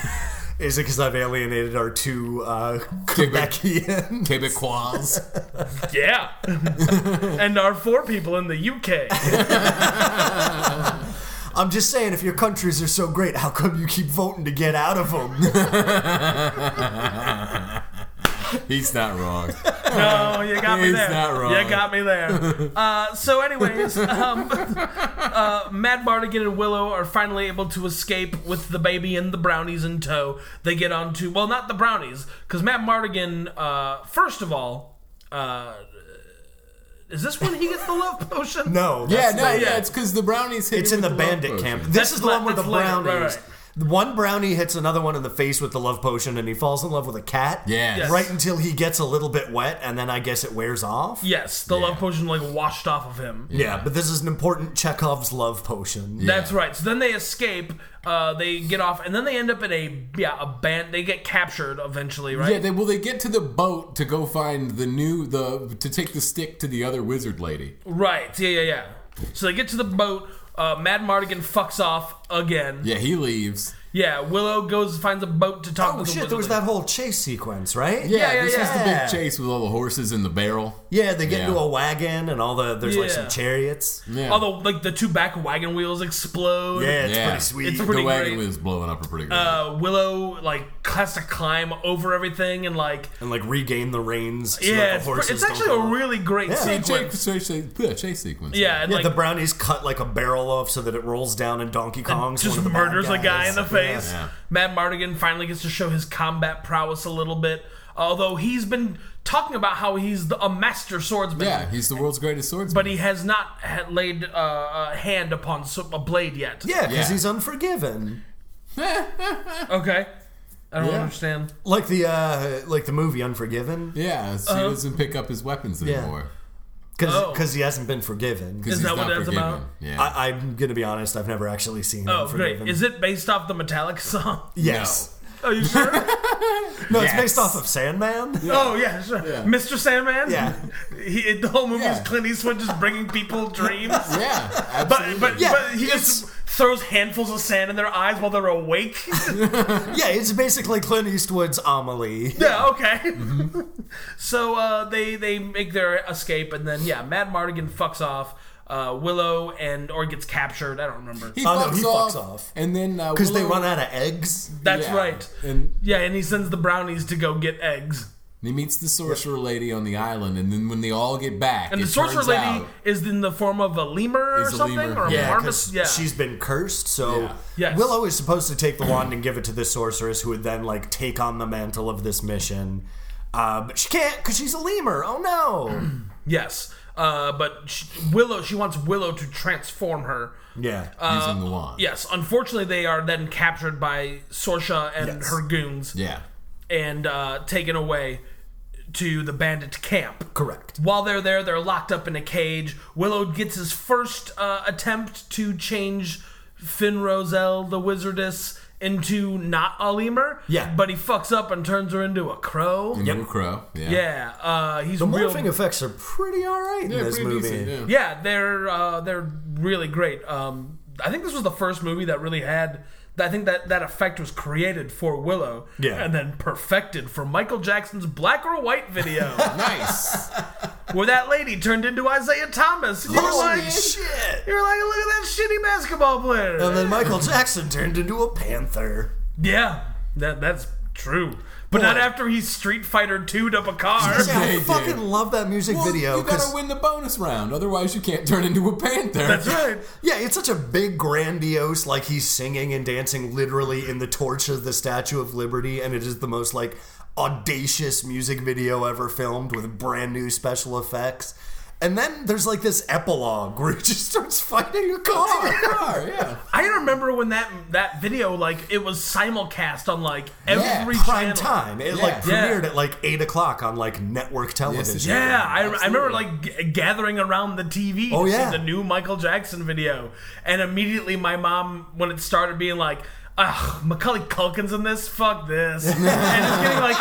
Is it because I've alienated our two uh, Quebec- Quebecian? Quebecois. yeah. and our four people in the UK. I'm just saying, if your countries are so great, how come you keep voting to get out of them? He's not wrong. No, you got me He's there. not wrong. You got me there. Uh, so, anyways, um, uh, Mad Bardigan and Willow are finally able to escape with the baby and the brownies in tow. They get onto well, not the brownies, because Mad Mardigan, uh, first of all, uh, is this when he gets the love potion? No. Yeah, that's no, later. yeah, it's because the brownies hit It's you in the with love bandit potion. camp. This That's is the la- one with the that's later, right, brownies. One brownie hits another one in the face with the love potion, and he falls in love with a cat. Yeah. Yes. Right until he gets a little bit wet, and then I guess it wears off. Yes, the love potion like washed off of him. Yeah, but this is an important Chekhov's love potion. That's right. So then they escape. Uh, they get off, and then they end up in a yeah a band. They get captured eventually, right? Yeah, they well they get to the boat to go find the new the to take the stick to the other wizard lady. Right. Yeah, yeah, yeah. So they get to the boat. Uh, Mad Mardigan fucks off again. Yeah. Yeah, he leaves. Willow goes finds a boat to talk Oh to. the shit! There was wizard. that whole chase sequence, right? Yeah, yeah, this yeah. is the big chase with all the horses in the barrel. Yeah, they get Yeah. into a wagon, and all the there's like some Yeah. chariots. Yeah, Yeah, Although, like the two back wagon wheels explode. it's Yeah. pretty sweet. It's the pretty wagon great. was blowing up a pretty good. Uh, Willow like has to climb over everything and like and like regain the reins. So yeah, that it's, the pre- horses it's don't actually go a really great Yeah. chase, sequence. chase, chase, chase sequence. Yeah, and Yeah, like the brownies cut like a barrel off so that it rolls down, and Donkey Kong's just one of the bad murders a guy guys. in the face. yeah. Matt Mardigan finally gets to show his combat prowess a little bit. Although he's been talking about how he's the, a master swordsman. yeah, he's the world's greatest swordsman. but he has not ha- laid uh, a hand upon so- a blade yet. Yeah, because Yeah. he's unforgiven. Okay. I don't Yeah. understand. Like the uh like the movie Unforgiven. yeah, so Uh-huh. he doesn't pick up his weapons anymore Because Oh. he hasn't been forgiven. because Is he's that not what that's forgiven. about? Yeah, I, I'm gonna be honest, I've never actually seen Oh, Unforgiven. great. Is it based off the Metallic song? Yes. Are you sure? No, Yes. it's based off of Sandman. Oh, yeah, sure. Mr. Sandman? Yeah. He, the whole movie is Yeah. Clint Eastwood just bringing people dreams. yeah, But, absolutely. but, Yeah, but he just throws handfuls of sand in their eyes while they're awake. Yeah, it's basically Clint Eastwood's Amelie. yeah, okay. so uh, they they make their escape, and then yeah, Mad Mardigan fucks off. Uh, Willow and or gets captured. I don't remember. he, Oh, fucks no, he off, fucks off. and then uh, Because they run out of eggs. That's right. And Yeah, and he sends the brownies to go get eggs. he meets the sorcerer lady on the island, and then when they all get back, And it the sorcerer turns lady out- is in the form of a lemur or Is a something, lemur. or a Yeah, marmos. 'cause Yeah, she's been cursed, so Yeah. Yes. Willow is supposed to take the wand and give it to this sorceress, who would then like take on the mantle of this mission. Uh, but she can't because she's a lemur. Oh no! yes. Uh, but she, Willow, she wants Willow to transform her. yeah, uh, using the wand. Yes. Unfortunately, they are then captured by Sorsha and her goons Yeah. and uh, taken away to the bandit camp. correct. While they're there, they're locked up in a cage. Willow gets his first uh, attempt to change Finn Roselle, the wizardess, into not a lemur. Yeah. But he fucks up and turns her into a crow. And Little Crow. Yeah. Yeah. Uh, he's The real. morphing effects are pretty all right in Yeah, this pretty movie. decent, yeah. yeah, they're uh, they're really great. Um, I think this was the first movie that really had. I think that that effect was created for Willow, Yeah. and then perfected for Michael Jackson's Black or White video, Nice. where that lady turned into Isaiah Thomas. And you're Holy like, shit! You're like, look at that shitty basketball player. And then Michael Jackson turned into a panther. yeah, that that's True. But not after he's Street Fighter 2'd up a car. Yeah, I They did. fucking love that music Well, video you gotta because win the bonus round, otherwise you can't turn into a panther. That's right. yeah, it's such a big, grandiose like he's singing and dancing literally in the torch of the Statue of Liberty, and it is the most like audacious music video ever filmed with brand new special effects. And then there's like this epilogue where he just starts fighting a car. Car, yeah. I remember when that that video like it was simulcast on like every prime channel. time. It Yeah. like Yeah. premiered at like eight o'clock on like network television. did. Yeah, I, I remember Absolutely. like g- gathering around the TV to Oh, yeah. see the new Michael Jackson video, and immediately my mom, when it started, being like, "Ugh, Macaulay Culkin's in this. Fuck this," and just getting like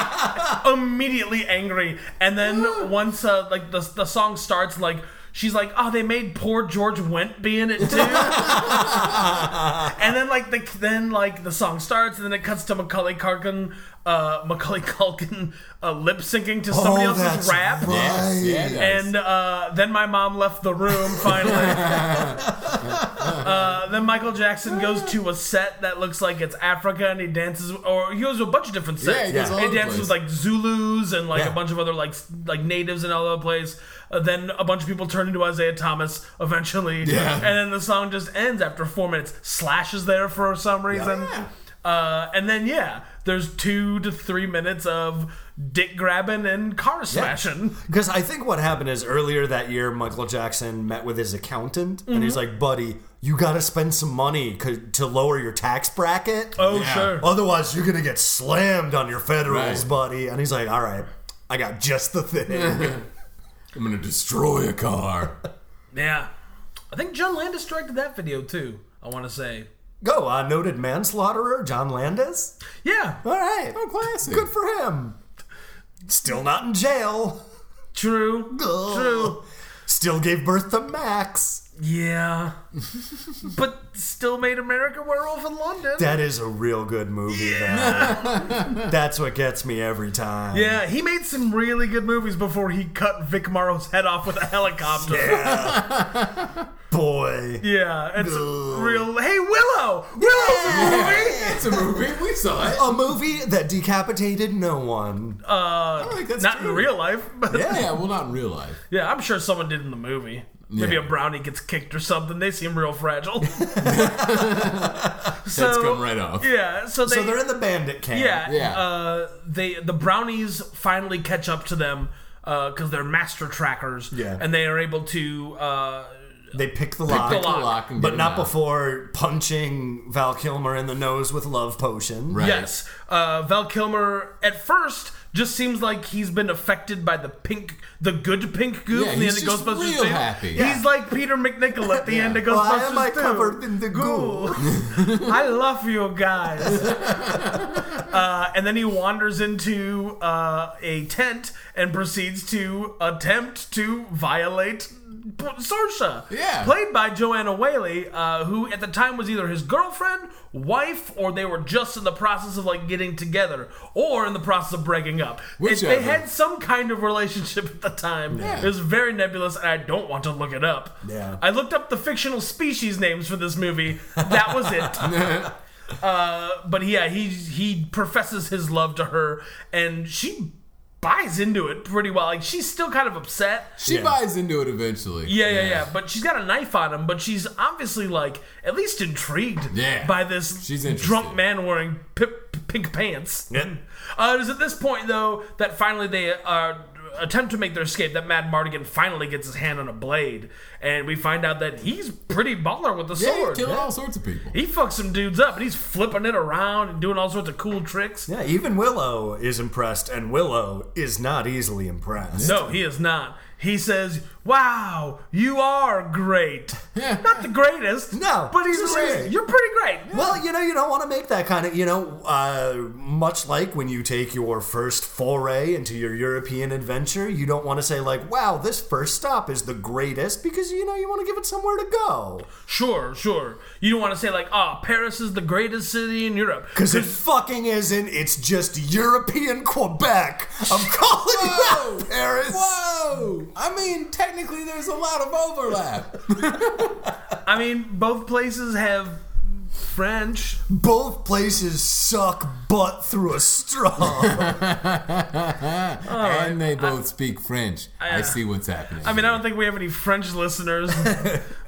immediately angry. And then once uh, like the the song starts, like. She's like, oh, they made poor George Wendt be in it too, and then like the then like the song starts, and then it cuts to Macaulay Culkin, uh, Macaulay Culkin uh, lip syncing to somebody Oh, else's that's rap, right. Yes, yeah, it does. and uh, then my mom left the room finally. uh, then Michael Jackson goes to a set that looks like it's Africa, and he dances, or he goes to a bunch of different sets. Yeah, he goes all over the dances with place. like Zulus and like Yeah. a bunch of other like s- like natives and all over the place. Uh, then a bunch of people turn into Isaiah Thomas eventually, Yeah. and then the song just ends after four minutes. Slash is there for some reason. Yeah. Uh, and then yeah, there's two to three minutes of dick grabbing and car smashing. Because I think what happened is earlier that year, Michael Jackson met with his accountant, and he's Mm-hmm. like, "Buddy, you got to spend some money co- to lower your tax bracket. Oh Yeah. sure. Otherwise, you're gonna get slammed on your federals, Right. buddy." And he's like, "All right, I got just the thing." I'm gonna destroy a car. Yeah. I think John Landis directed that video too, I want to say. Go, uh, noted manslaughterer John Landis. Yeah, All right, Oh, classic. good for him. Still not in jail. true. Ugh. True. Still gave birth to Max. Yeah. but still made America Werewolf in London. That is a real good movie, yeah. That's what gets me every time. yeah, he made some really good movies before he cut Vic Morrow's head off with a helicopter. Yeah, Boy. it's real. Hey, Willow! Willow's a movie! it's a movie. We saw it. A movie that decapitated no one. I don't think Oh, that's Not true. in real life, but yeah. Yeah, well, not in real life. I'm sure someone did in the movie. Maybe Yeah. a brownie gets kicked or something. They seem real fragile. so, That's come right off. Yeah, so they so they're in the bandit camp. Yeah, Yeah. Uh, they the brownies finally catch up to them because they're master trackers. Yeah. and they are able to. Uh, They pick the lock. the lock. Lock and get But him not out. before punching Val Kilmer in the nose with love potion. Right. yes, uh, Val Kilmer at first just seems like he's been affected by the pink, the good pink goop Yeah, in the end he's of just Ghostbusters. real 2. happy. He's like Peter McNichol at the end of Ghostbusters. Why am I 2. covered in the goo? I love you guys. Uh, and then he wanders into uh, a tent and proceeds to attempt to violate P- Saoirse, Yeah. played by Joanna Whaley, uh, who at the time was either his girlfriend, wife, or they were just in the process of like getting together or in the process of breaking up. If they Whichever. had some kind of relationship at the time. Yeah. It was very nebulous, and I don't want to look it up. Yeah. I looked up the fictional species names for this movie. That was it. uh, but yeah, he he professes his love to her, and she buys into it pretty well. Like she's still kind of upset. She buys into it eventually. Yeah, yeah, yeah, But she's got a knife on him. But she's obviously like at least intrigued. Yeah. By this She's interested. drunk man wearing pip, pink pants. Uh, it is at this point, though, that finally they uh, attempt to make their escape. That Mad Mardigan finally gets his hand on a blade, and we find out that he's pretty baller with the Yeah, sword. killing all sorts of people. He fucks some dudes up, and he's flipping it around and doing all sorts of cool tricks. Yeah, even Willow is impressed, and Willow is not easily impressed. No, he is not. He says, "Wow, you are great. Not the greatest, No, but he's just great. great. You're pretty great. Well, you know, you don't want to make that kind of, you know, uh, much like when you take your first foray into your European adventure, you don't want to say, like, wow, this first stop is the greatest because, you know, you want to give it somewhere to go. Sure, sure. You don't want to say like, oh, Paris is the greatest city in Europe.' Because it fucking isn't. It's just European Quebec. I'm calling Whoa! you out, Paris. Whoa! I mean, technically, there's a lot of overlap. I mean, both places have French. Both places suck butt through a straw. and they both speak French. I, uh, see what's happening. I mean, I don't think we have any French listeners,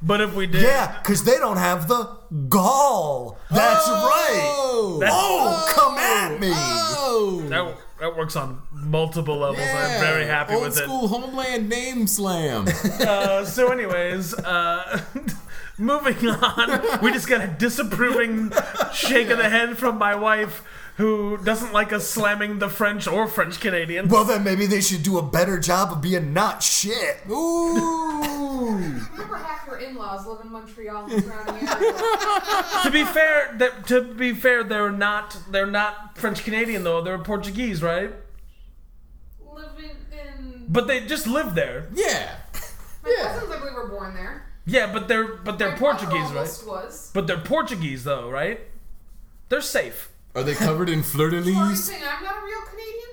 but if we did, yeah, because they don't have the gall. That's right. Oh, Oh, come at me. Oh. that, that works on multiple levels. I'm very happy Old with it. school homeland name slam. Uh, so, anyways, uh, moving on, we just got a disapproving shake of the head from my wife, who doesn't like us slamming the French or French Canadian. Well, then maybe they should do a better job of being not shit. Ooh. Remember, half your in-laws live in Montreal and surrounding areas. to be fair, that to be fair, they're not they're not French Canadian though. They're Portuguese, right? Living in But they just live there. Yeah. my Yeah. cousins, I believe, were born there. Yeah, but they're but they're My Portuguese, brother right? almost Was. But they're Portuguese though, right? They're safe. Are they covered in fleur de Are you lis? saying I'm not a real Canadian?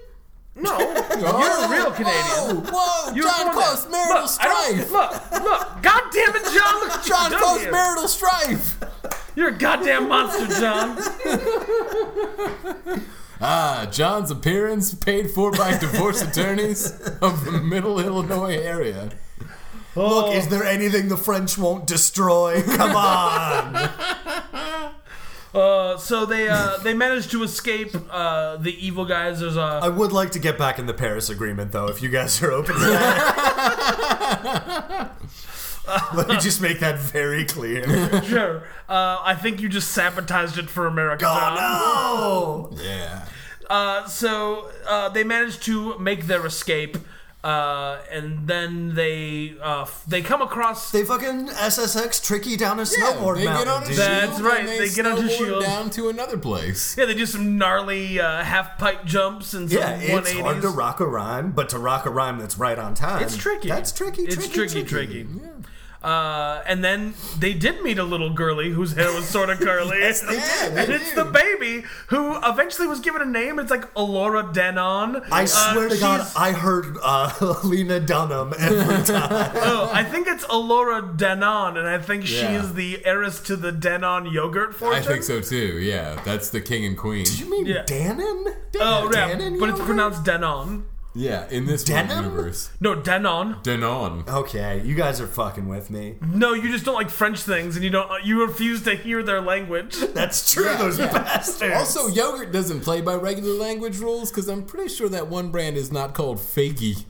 No, you're a real Canadian. Oh, Whoa, whoa You were John born Close, there. marital look, I don't- strife. Look, look, goddamn it, John! Look what you've John done Close, here. marital strife. You're a goddamn monster, John. Ah, John's appearance paid for by divorce attorneys of the Middle Illinois area. Look, is there anything the French won't destroy? Come on. Uh, so they uh, they managed to escape uh, the evil guys. There's a I would like to get back in the Paris Agreement, though, if you guys are open to that. Let me just make that very clear. sure. Uh, I think you just sabotaged it for America, John. Oh, no. Yeah. Uh, so uh, they managed to make their escape, uh, and then they uh, f- they come across. They fucking SSX Tricky down a snowboard they get on mountain, a dude. shield That's and right, they They, get on a snowboard shield. down to another place. yeah, they do some gnarly uh, half pipe jumps and some Yeah, it's 180s. hard to rock a rhyme, but to rock a rhyme that's right on time. It's tricky. That's tricky, It's tricky, tricky, tricky. Uh, and then they did meet a little girly whose hair was sort of curly. did. And They it's do. the baby who eventually was given a name. It's like Alora Denon. I Uh, swear to God, she's- I heard uh, Lena Dunham every time. oh, I think it's Alora Denon, and I think she Yeah. is the heiress to the Denon yogurt fortune. I think so too. Yeah, that's the king and queen. Do you mean Yeah. Dannon? Oh, yeah, Dannon but it's yogurt? pronounced Denon. Yeah, in this Denim? universe, No, Denon. Denon. Okay, you guys are fucking with me. No, you just don't like French things, and you don't. uh, You refuse to hear their language. That's true, Yeah, those yeah. bastards. Also, yogurt doesn't play by regular language rules because I'm pretty sure that one brand is not called Fakey.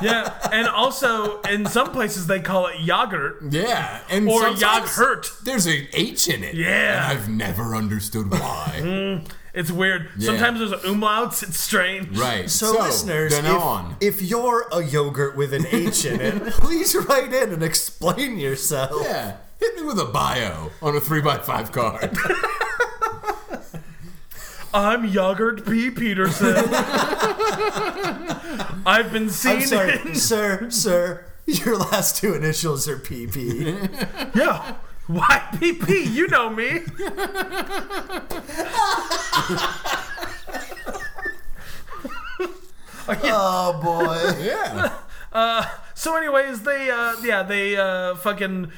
Yeah, and also in some places they call it yogurt Yeah, and or sometimes yogurt. There's an H in it. Yeah. Mm-hmm. and I've never understood why. It's weird. Sometimes there's umlauts. It's strange. right. so, listeners, if, Denon. if you're a yogurt with an H in it, please write in and explain yourself. yeah, hit me with a bio on a three by five card. I'm yogurt P. Peterson. I've been seen. I'm sorry, in- sir, sir. Your last two initials are PP. yeah. YPP, you know me. oh boy. yeah, So, anyways, they, uh, yeah, they uh, fucking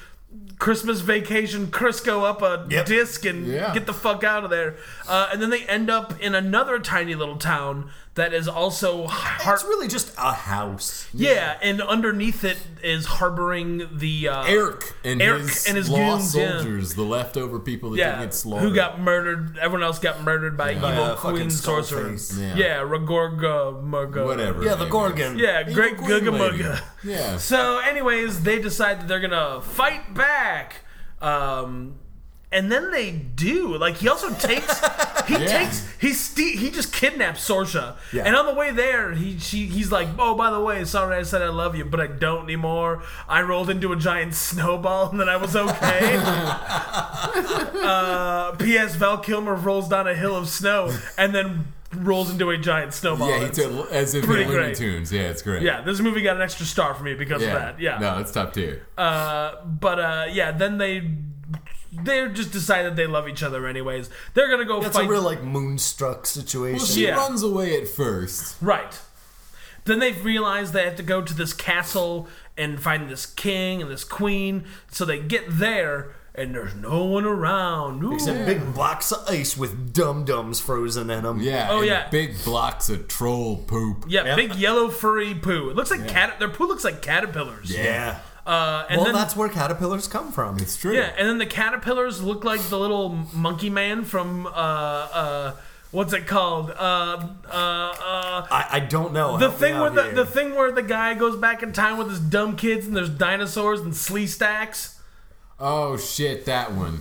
Christmas vacation Crisco up a Yep. disc and Yeah. get the fuck out of there. Uh, and then they end up in another tiny little town that is also har- It's really just a house. Yeah, and underneath it is harboring the uh, Eric and Eric his, and his lost goons, yeah. soldiers, the leftover people that didn't yeah, get slaughtered. who got murdered. Everyone else got murdered by By evil a fucking queen skull sorcerer. face. Yeah, Yeah. Ragorga Murga. whatever? Yeah, her the name Gorgon. is. Yeah, Evil great queen lady. Gugamuga. Yeah. So, anyways, they decide that they're gonna fight back, um, and then they do. Like he also takes, he Yeah. takes, he ste- he just kidnaps Sorsha, Yeah. and on the way there, he she he's like, oh, by the way, sorry, I said I love you, but I don't anymore. I rolled into a giant snowball, and then I was okay. uh, P.S. Val Kilmer rolls down a hill of snow, and then rolls into a giant snowball. Yeah, he It's- took as if pretty in Looney great. Tunes. Yeah, it's great. yeah, this movie got an extra star for me because of that. Yeah. No, it's top tier. Uh, but uh, yeah, then they they just decided they love each other anyways. They're gonna go That's fight a real like moonstruck situation. well, she yeah. runs away at first. right. Then they realize they have to go to this castle and find this king and this queen. So they get there and there's no one around. Ooh. Except big blocks of ice with dum dums frozen in them. Yeah. Oh, and yeah. Big blocks of troll poop. yeah, Yeah. big yellow furry poo. It looks like cat. Their poo looks like caterpillars. Yeah. Uh, and Well, then, that's where caterpillars come from. It's true. Yeah, and then the caterpillars look like the little monkey man from uh uh what's it called? Uh uh uh I, I don't know. the Help me thing out where the, here. the thing where the guy goes back in time with his dumb kids and there's dinosaurs and slee stacks. Oh shit, that one.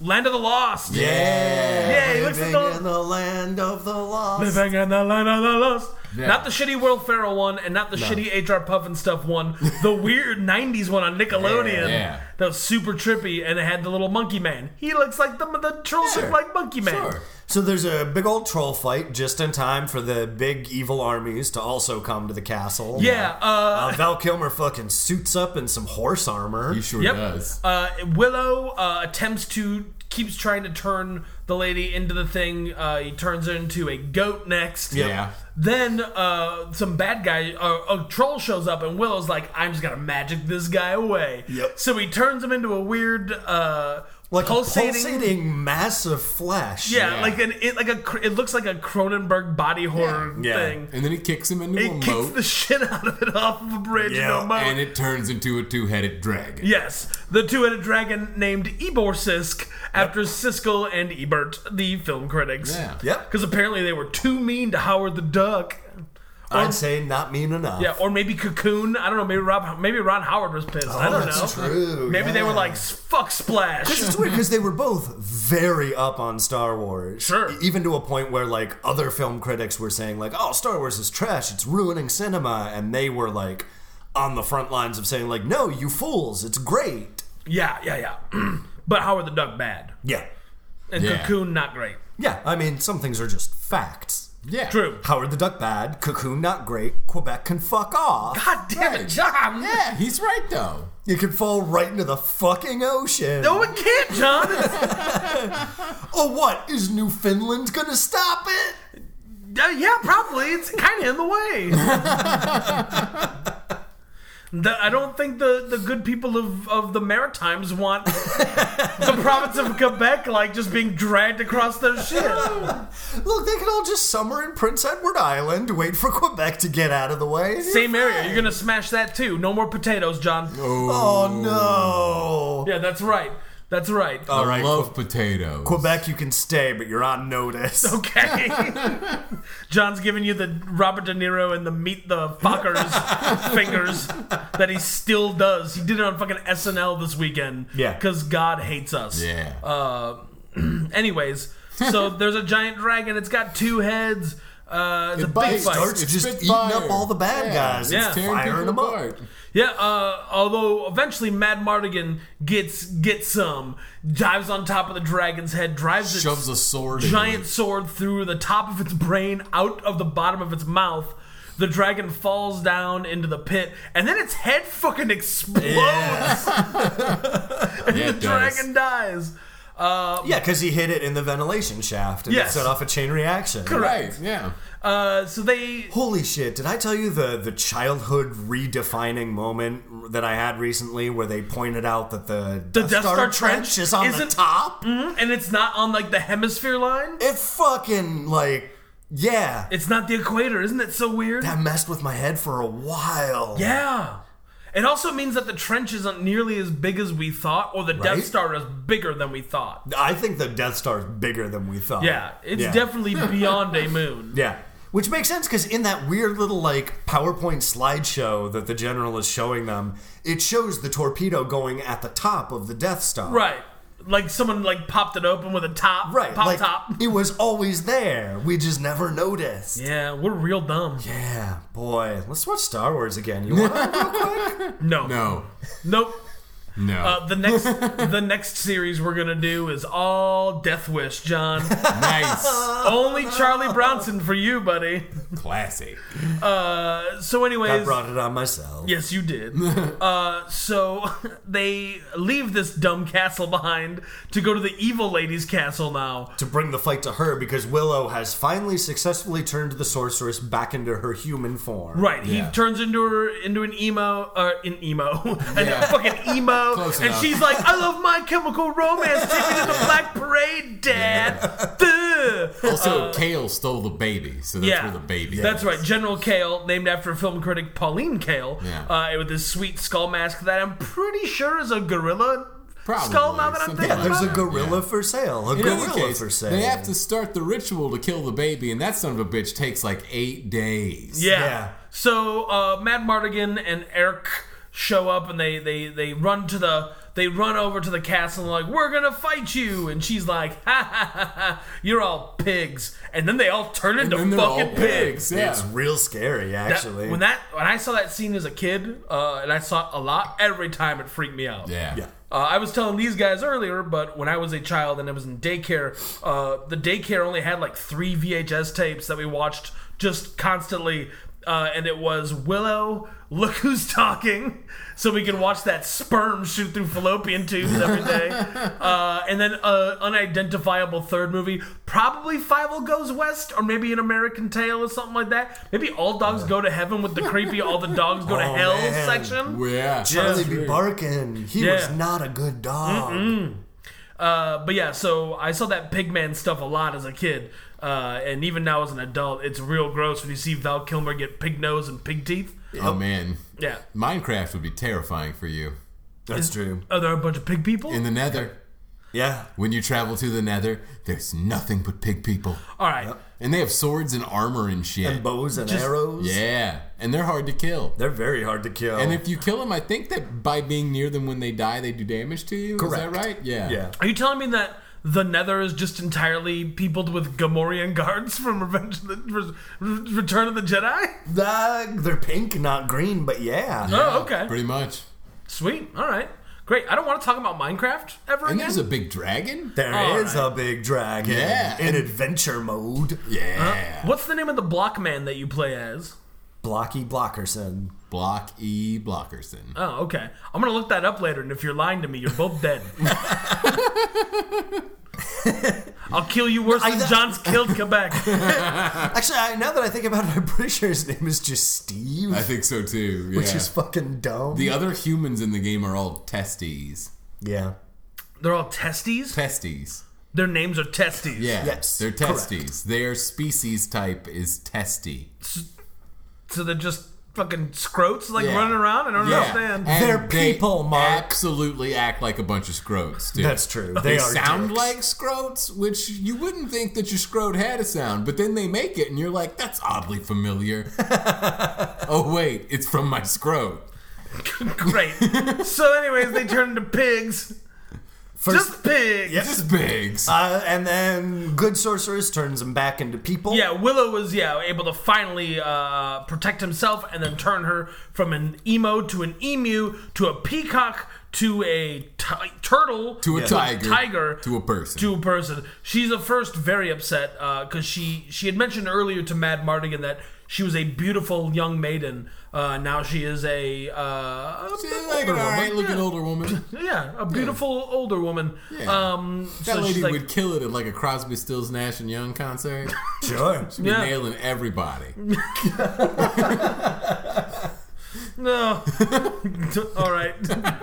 Land of the Lost. Yeah. Yeah, he looks like Living in the the land of the lost. Living in the land of the lost. Yeah. Not the shitty World Pharaoh one and not the shitty HR Puffin stuff one. The weird 90s one on Nickelodeon. Yeah. That was super trippy and it had the little monkey man. He looks like the, the trolls Sure. look like monkey man. Sure. So there's a big old troll fight just in time for the big evil armies to also come to the castle. Yeah, uh, Uh, Val Kilmer fucking suits up in some horse armor. He sure Yep. does. Uh, Willow uh, attempts to keeps trying to turn the lady into the thing. Uh, he turns her into a goat next. Yeah. Then uh, some bad guy, uh, a troll shows up, and Willow's like, "I'm just gonna magic this guy away." Yep. So he turns him into a weird, uh, Like pulsating, a pulsating mass of flesh. yeah, Yeah. like an it like a cr- it looks like a Cronenberg body horror Yeah. thing. And then he kicks him into a It kicks moat, the shit out of it off of a bridge. Yeah, no moat. and it turns into a two-headed dragon. Yes, the two-headed dragon named Ebor Sisk after Siskel and Ebert, the film critics. Yeah. Yep. Because apparently they were too mean to Howard the Duck. I'd say not mean enough. Yeah, or maybe Cocoon. I don't know. Maybe Rob. Maybe Ron Howard was pissed. I Oh, don't that's know. true. Maybe they were yeah. like fuck splash. It's weird because they were both very up on Star Wars. Mm-hmm. Sure. E- Even to a point where like other film critics were saying like, "Oh, Star Wars is trash. It's ruining cinema," and they were like on the front lines of saying like, "No, you fools. It's great." yeah, yeah, yeah. but Howard the Duck bad, Yeah. and Yeah. Cocoon not great. Yeah. I mean, some things are just facts. Yeah. True. Howard the Duck bad. Cocoon not great. Quebec can fuck off. God damn it, Right. John. Yeah, he's right though. You can fall right into the fucking ocean. No, it can't, John. It's- Oh, what? Is Newfoundland gonna stop it? Uh, yeah, probably. It's kind of in the way. The, I don't think the, the good people of, of the Maritimes want the province of Quebec like just being dragged across their ship. Look, they can all just summer in Prince Edward Island, wait for Quebec to get out of the way. Same area. You're gonna smash that too. No more potatoes, John. Oh no. Yeah, that's right. That's right. All I right. love potatoes. Quebec, you can stay, but you're on notice. Okay. John's giving you the Robert De Niro and the meet the fuckers fingers that he still does. He did it on fucking SNL this weekend. Yeah. Because God hates us. Yeah. Uh, anyways, so there's a giant dragon. It's got two heads. Uh, it's It a big bites. fight. Starts It's just spitfire. eating up all the bad Yeah. guys. Yeah. It's Tearing firing them up. Yeah, uh, although eventually Mad Mardigan gets gets some, dives on top of the dragon's head, drives it Shoves a sword. in giant it. sword through the top of its brain, out of the bottom of its mouth. The dragon falls down into the pit, and then its head fucking explodes. Yeah, the it does. dragon dies. Uh, Yeah, because he hit it in the ventilation shaft and Yes. it set off a chain reaction. Right. Yeah. uh, so they. Holy shit, did I tell you the, the childhood redefining moment that I had recently where they pointed out that the, Death Star trench is on the isn't- Mm-hmm. top? And it's not on like the hemisphere line. It fucking, like, yeah. It's not the equator, isn't it so weird? That messed with my head for a while. Yeah. It also means that the trench isn't nearly as big as we thought, or the Death Right? Star is bigger than we thought. I think the Death Star is bigger than we thought. Yeah, it's Yeah. definitely beyond a moon. Yeah. Which makes sense because in that weird little like PowerPoint slideshow that the general is showing them, it shows the torpedo going at the top of the Death Star. Right. Like someone like popped it open with a top. Right. Pop like, top. It was always there. We just never noticed. Yeah, we're real dumb. Yeah, boy. Let's watch Star Wars again. You want? No. No. Nope. No. Uh, the next the next series we're gonna do is all Death Wish, John. nice. Only Charlie Bronson for you, buddy. Classy. Uh, so, I anyways, brought it on myself. Yes, you did. uh, so they leave this dumb castle behind to go to the evil lady's castle now. To bring the fight to her because Willow has finally successfully turned the sorceress back into her human form. Right, he Yeah. turns into her into an emo, uh, an emo, a Yeah. fucking emo, Close and enough. she's like, "I love my chemical romance. Take me to the black parade, Dad." Duh. Also, Kale stole the baby, so that's where the baby. Uh, That's is. right. General Kale, named after film critic Pauline Kael, Yeah. uh, with his sweet skull mask that I'm pretty sure is a gorilla Probably, skull. Now that I'm something thinking like about There's it. a gorilla Yeah. for sale. A In any gorilla case, for sale. they have to start the ritual to kill the baby, and that son of a bitch takes like eight days. Yeah. Yeah. So uh, Matt Mardigan and Eric show up and they, they, they run to the they run over to the castle and like we're gonna fight you and she's like ha ha ha, ha you're all pigs and then they all turn into And they're all fucking pigs. pigs. Yeah. It's real scary, That- actually. when that when I saw that scene as a kid uh, and I saw it a lot every time it freaked me out. yeah. yeah. Uh, I was telling these guys earlier, but when I was a child and I was in daycare, uh, the daycare only had like three VHS tapes that we watched just constantly, uh, and it was Willow, Look Who's Talking, so we could watch that sperm shoot through fallopian tubes every day, uh, and then uh, unidentifiable third movie, probably Five Will Goes West, or maybe An American Tale or something like that. Maybe All Dogs Go to Heaven with the creepy All the Dogs Go to Oh, Hell man. section. Well, yeah. Charlie be barking. He was Yeah. not a good dog. Uh, but yeah, so I saw that Pigman stuff a lot as a kid, uh, and even now as an adult, it's real gross when you see Val Kilmer get pig nose and pig teeth. Oh man, Yeah, Minecraft would be terrifying for you. That's true. are there Oh, a bunch of pig people? In the Nether, Yeah. when you travel to the Nether, there's nothing but pig people, All right, and they have swords and armor and shit. And bows Oh. and arrows. yeah, and they're hard to kill. They're very hard to kill. And if you kill them, I think that by being near them when they die, they do damage to you. Is that Correct. right? Yeah. yeah. are you telling me that the Nether is just entirely peopled with Gamorrean guards from Revenge of the, Re- Re- Return of the Jedi? Uh, they're pink, not green, but yeah. Oh, okay, Pretty much. sweet. All right, great. I don't want to talk about Minecraft ever And again. there's a big dragon. There All is right. a big dragon Yeah. in adventure mode. Yeah. What's the name of the block man that you play as? Blocky Blockerson. Block E. Blockerson. Oh, okay. I'm gonna look that up later, and if you're lying to me, you're both dead. I'll kill you worse than I- John's killed Quebec. Actually, I, now that I think about it, I'm pretty sure his name is just Steve, I think so too. Yeah. which is fucking dumb. the other humans in the game are all testes. yeah. They're all testes. Testes. Their names are testes. Yeah. Yes, They're correct. testes. Their species type is testy. So they're just fucking scrotes like Yeah. running around. I don't understand. And They're they people, Mark. Absolutely act like a bunch of scrotes, dude. That's true. They, They, are sound dicks. like scrotes, which you wouldn't think that your scrote had a sound, but then they make it, and you're like, "That's oddly familiar." oh wait, it's from my scrote. Great. so, anyways, they turn into pigs. First- just pigs. This bigs. Uh, and then Good Sorceress turns him back into people. Yeah, Willow was yeah able to finally uh, protect himself and then turn her from an emo to an emu to a peacock to a ti- turtle to a tiger. tiger To a person. to a person. She's at first very upset because she she had mentioned earlier to Mad Mardigan that she was a beautiful young maiden. Uh, now she is a uh, She's like an older alright woman. looking yeah. older woman. Yeah, a beautiful older woman. Yeah. Um, so That lady she's like, would kill it at like a Crosby, Stills, Nash and Young concert. Sure. She'd be Yeah. nailing everybody. no. All right.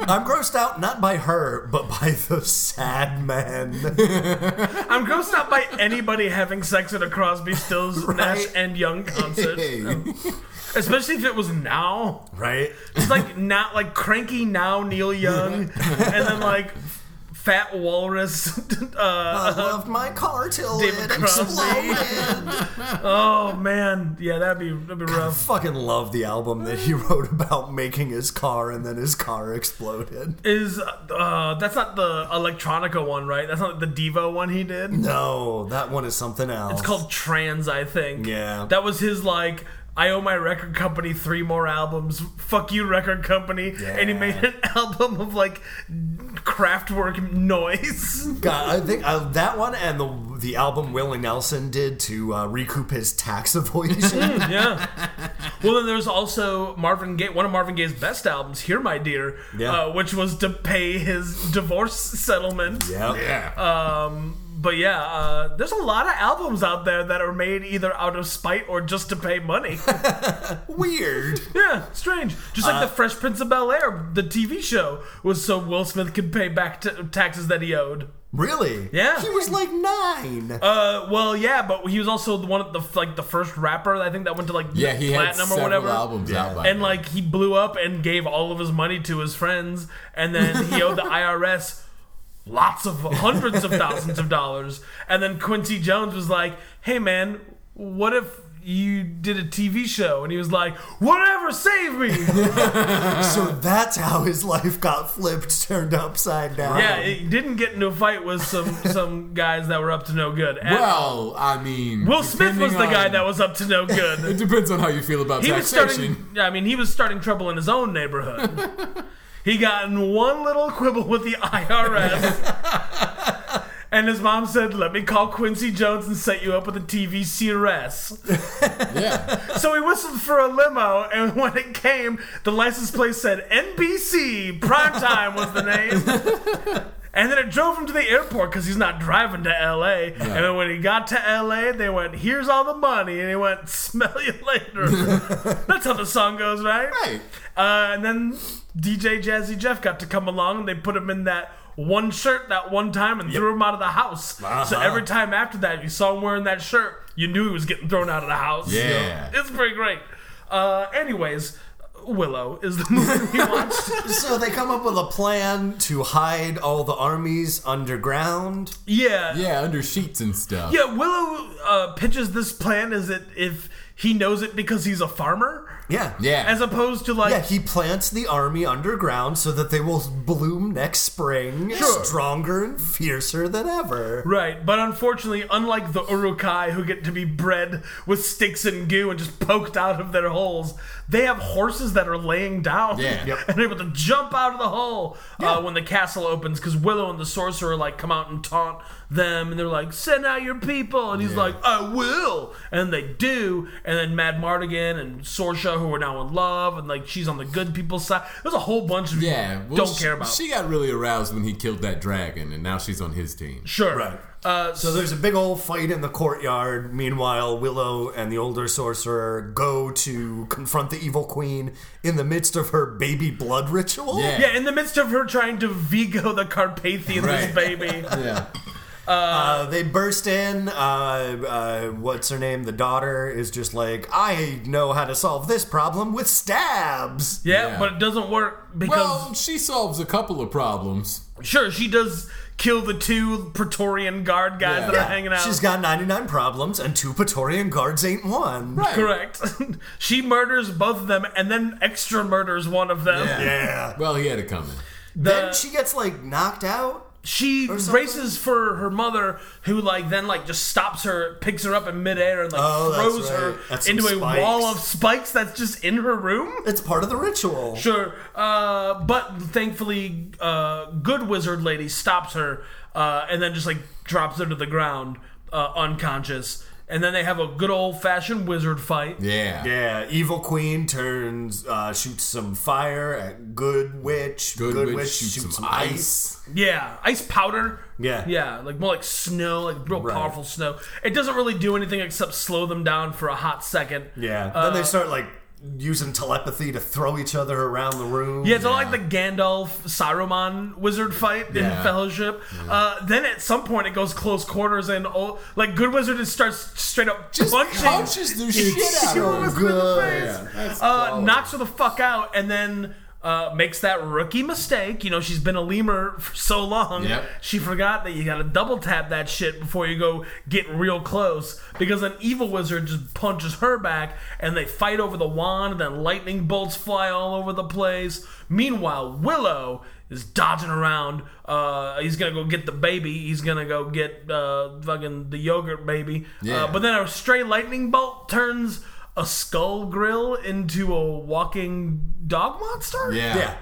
I'm grossed out not by her, but by the sad man. I'm grossed out by anybody having sex at a Crosby, Stills, Nash, and Young concert. Especially if it was now. right? It's like now, like cranky now Neil Young, and then like fat walrus. uh, I loved my car till David it Crosby. exploded. oh man, yeah, that'd be that'd be rough. Fucking love the album that he wrote about making his car and then his car exploded. Is uh, that's not the electronica one, right? That's not the Devo one he did. No, that one is something else. It's called Trans, I think. Yeah. that was his like. I owe my record company three more albums. Fuck you, record company. And he Yeah. made an album of like craftwork noise. God, I think uh, that one and the the album Willie Nelson did to uh, recoup his tax avoidance. yeah. Well, then there's also Marvin Gaye, one of Marvin Gaye's best albums, "Here, My Dear," Yeah. uh, which was to pay his divorce settlement. yeah. Yeah. Um, but yeah, uh, there's a lot of albums out there that are made either out of spite or just to pay money. Weird. yeah, strange. Just like the Fresh Prince of Bel Air, the TV show, was so Will Smith could pay back t- taxes that he owed. Really? Yeah. He was like nine. Uh, well, yeah, but he was also the one, of the like the first rapper I think that went to like yeah, he had platinum several or whatever. albums out by and now. like he blew up and gave all of his money to his friends and then he owed the IRS lots of hundreds of thousands of dollars and then Quincy Jones was like hey man what if you did a TV show and he was like whatever save me so that's how his life got flipped, turned upside down. Um, yeah he didn't get into a fight with some some guys that were up to no good And Well, I mean, Will Smith was the depending guy on- that was up to no good It depends on how you feel about He was taxation. starting. Yeah, I mean, he was starting trouble in his own neighborhood. he got in one little quibble with the IRS, and his mom said, "Let me call Quincy Jones and set you up with a TV CRS." Yeah, so he whistled for a limo, and when it came, the license plate said NBC Primetime was the name. And then it drove him to the airport because he's not driving to LA. And then when he got to LA, they went, Here's all the money. And he went, Smell you later. That's how the song goes, right? right. Uh, and then DJ Jazzy Jeff got to come along, and they put him in that one shirt that one time and threw him out of the house. So every time after that, you saw him wearing that shirt, you knew he was getting thrown out of the house. Yeah. it's pretty great. Uh, anyways, Willow is the movie we watched. So they come up with a plan to hide all the armies underground. yeah, Yeah, under sheets and stuff. Yeah, Willow uh, pitches this plan as it if he knows it because he's a farmer, Yeah. Yeah. as opposed to like Yeah, he plants the army underground so that they will bloom next spring stronger and fiercer than ever. Right, but unfortunately, unlike the Urukai who get to be bred with sticks and goo and just poked out of their holes, they have horses that are laying down Yeah. Yep. and able to jump out of the hole uh, when the castle opens because Willow and the sorcerer like come out and taunt them and they're like, "Send out your people," and he's Yeah. like, "I will," and they do, and then Mad Mardigan and Sorsha who are now in love and like she's on the good people's side. There's a whole bunch of Yeah, well, don't she- care about. She got really aroused when he killed that dragon, and now she's on his team. sure, Right. Uh, So there's a big old fight in the courtyard. Meanwhile, Willow and the older sorcerer go to confront the evil queen in the midst of her baby blood ritual. Yeah. Yeah, in the midst of her trying to Vigo the Carpathian, this Right. baby. Yeah, Uh, they burst in. Uh, uh, what's her name? The daughter is just like, I know how to solve this problem with stabs. Yeah, Yeah. but it doesn't work because well, she solves a couple of problems. sure she does kill the two Praetorian guard guys Yeah. that are hanging out. She's got 99 problems, and two Praetorian guards ain't one. Right. Correct. she murders both of them and then extra murders one of them. Yeah. Yeah. Well, he had it coming. The- Then she gets like knocked out. she something? races for her mother, who like then like just stops her, picks her up in midair, and like Oh, that's throws her right. That's some into a spikes. wall of spikes that's just in her room. It's part of the ritual. Sure, uh, but thankfully, uh, good wizard lady stops her uh, and then just like drops her to the ground uh, unconscious. And then they have a good old fashioned wizard fight. Yeah. Yeah, evil queen turns, uh, shoots some fire at good witch. Good, witch, shoots, some, ice. Yeah, ice powder. Yeah. yeah, like more like snow, like real powerful snow. It doesn't really do anything except slow them down for a hot second. Yeah. Uh, then they start like using telepathy to throw each other around the room. Yeah, it's all like the Gandalf Saruman wizard fight in Yeah. Fellowship. Uh, then at some point it goes close quarters and oh, like Good Wizard just starts straight up Just punching. punches the shit out so of him. good. Yeah, that's uh, quality. knocks her the fuck out, and then uh, makes that rookie mistake. You know, she's been a lemur for so long, Yep. she forgot that you gotta double tap that shit before you go get real close. Because an evil wizard just punches her back, and they fight over the wand, and then lightning bolts fly all over the place. Meanwhile, Willow. Is dodging around. Uh, he's gonna go get the baby. He's gonna go get uh, fucking the yogurt baby. Yeah. Uh, but then a stray lightning bolt turns a skull grill into a walking dog monster. Yeah. Yeah.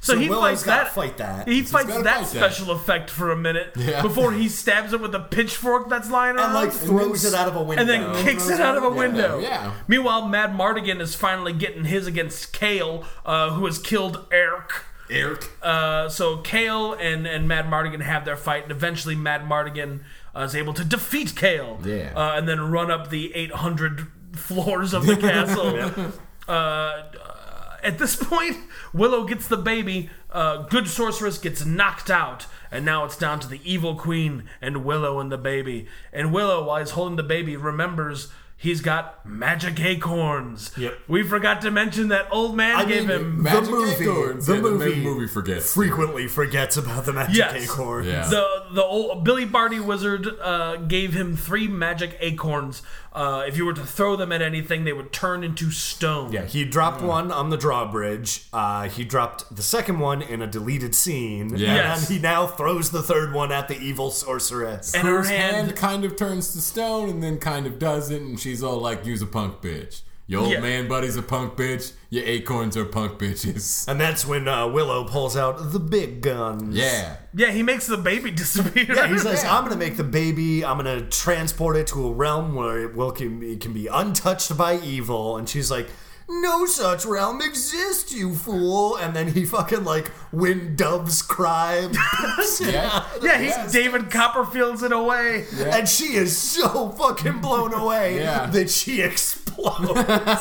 So, he Willow's fights gotta that. fight that. He fights gotta that fight that. special effect for a minute Yeah. before he stabs it with a pitchfork that's lying and around, like throws then- it out of a window. and then kicks it out of a window. yeah. Meanwhile, Mad Mardigan is finally getting his against Kale, uh, who has killed Eric. Eric. Uh, so Kale and, and Mad Mardigan have their fight, and eventually Mad Mardigan uh, is able to defeat Kale. Yeah. Uh, and then run up the 800 floors of the castle. uh, uh, at this point, Willow gets the baby, uh, good sorceress gets knocked out, and now it's down to the evil queen and Willow and the baby. And Willow, while he's holding the baby, remembers. He's got magic acorns. Yep. We forgot to mention that old man I gave mean, him Magic the movie, acorns, the yeah, the movie, movie forgets. frequently forgets about the magic Yes. acorn. Yeah. The the old Billy Barty wizard uh, gave him three magic acorns. Uh, if you were to throw them at anything, they would turn into stone. Yeah, he dropped one on the drawbridge. Uh, he dropped the second one in a deleted scene. Yes. And he now throws the third one at the evil sorceress. And her Her hand, hand kind of turns to stone and then kind of doesn't, and she's all like, "You's a punk bitch. Your old Yeah. man buddy's a punk bitch. Your acorns are punk bitches." And that's when uh, Willow pulls out the big guns. Yeah, yeah, he makes the baby disappear. Yeah, he's like, I'm going to make the baby, I'm going to transport it to a realm where it, will can, it can be untouched by evil. And she's like, no such realm exists, you fool. And then he fucking, like, when doves cry. poofs it Yeah. out. yeah, he's David Copperfields in a way. And she is so fucking blown away Yeah. that she explodes.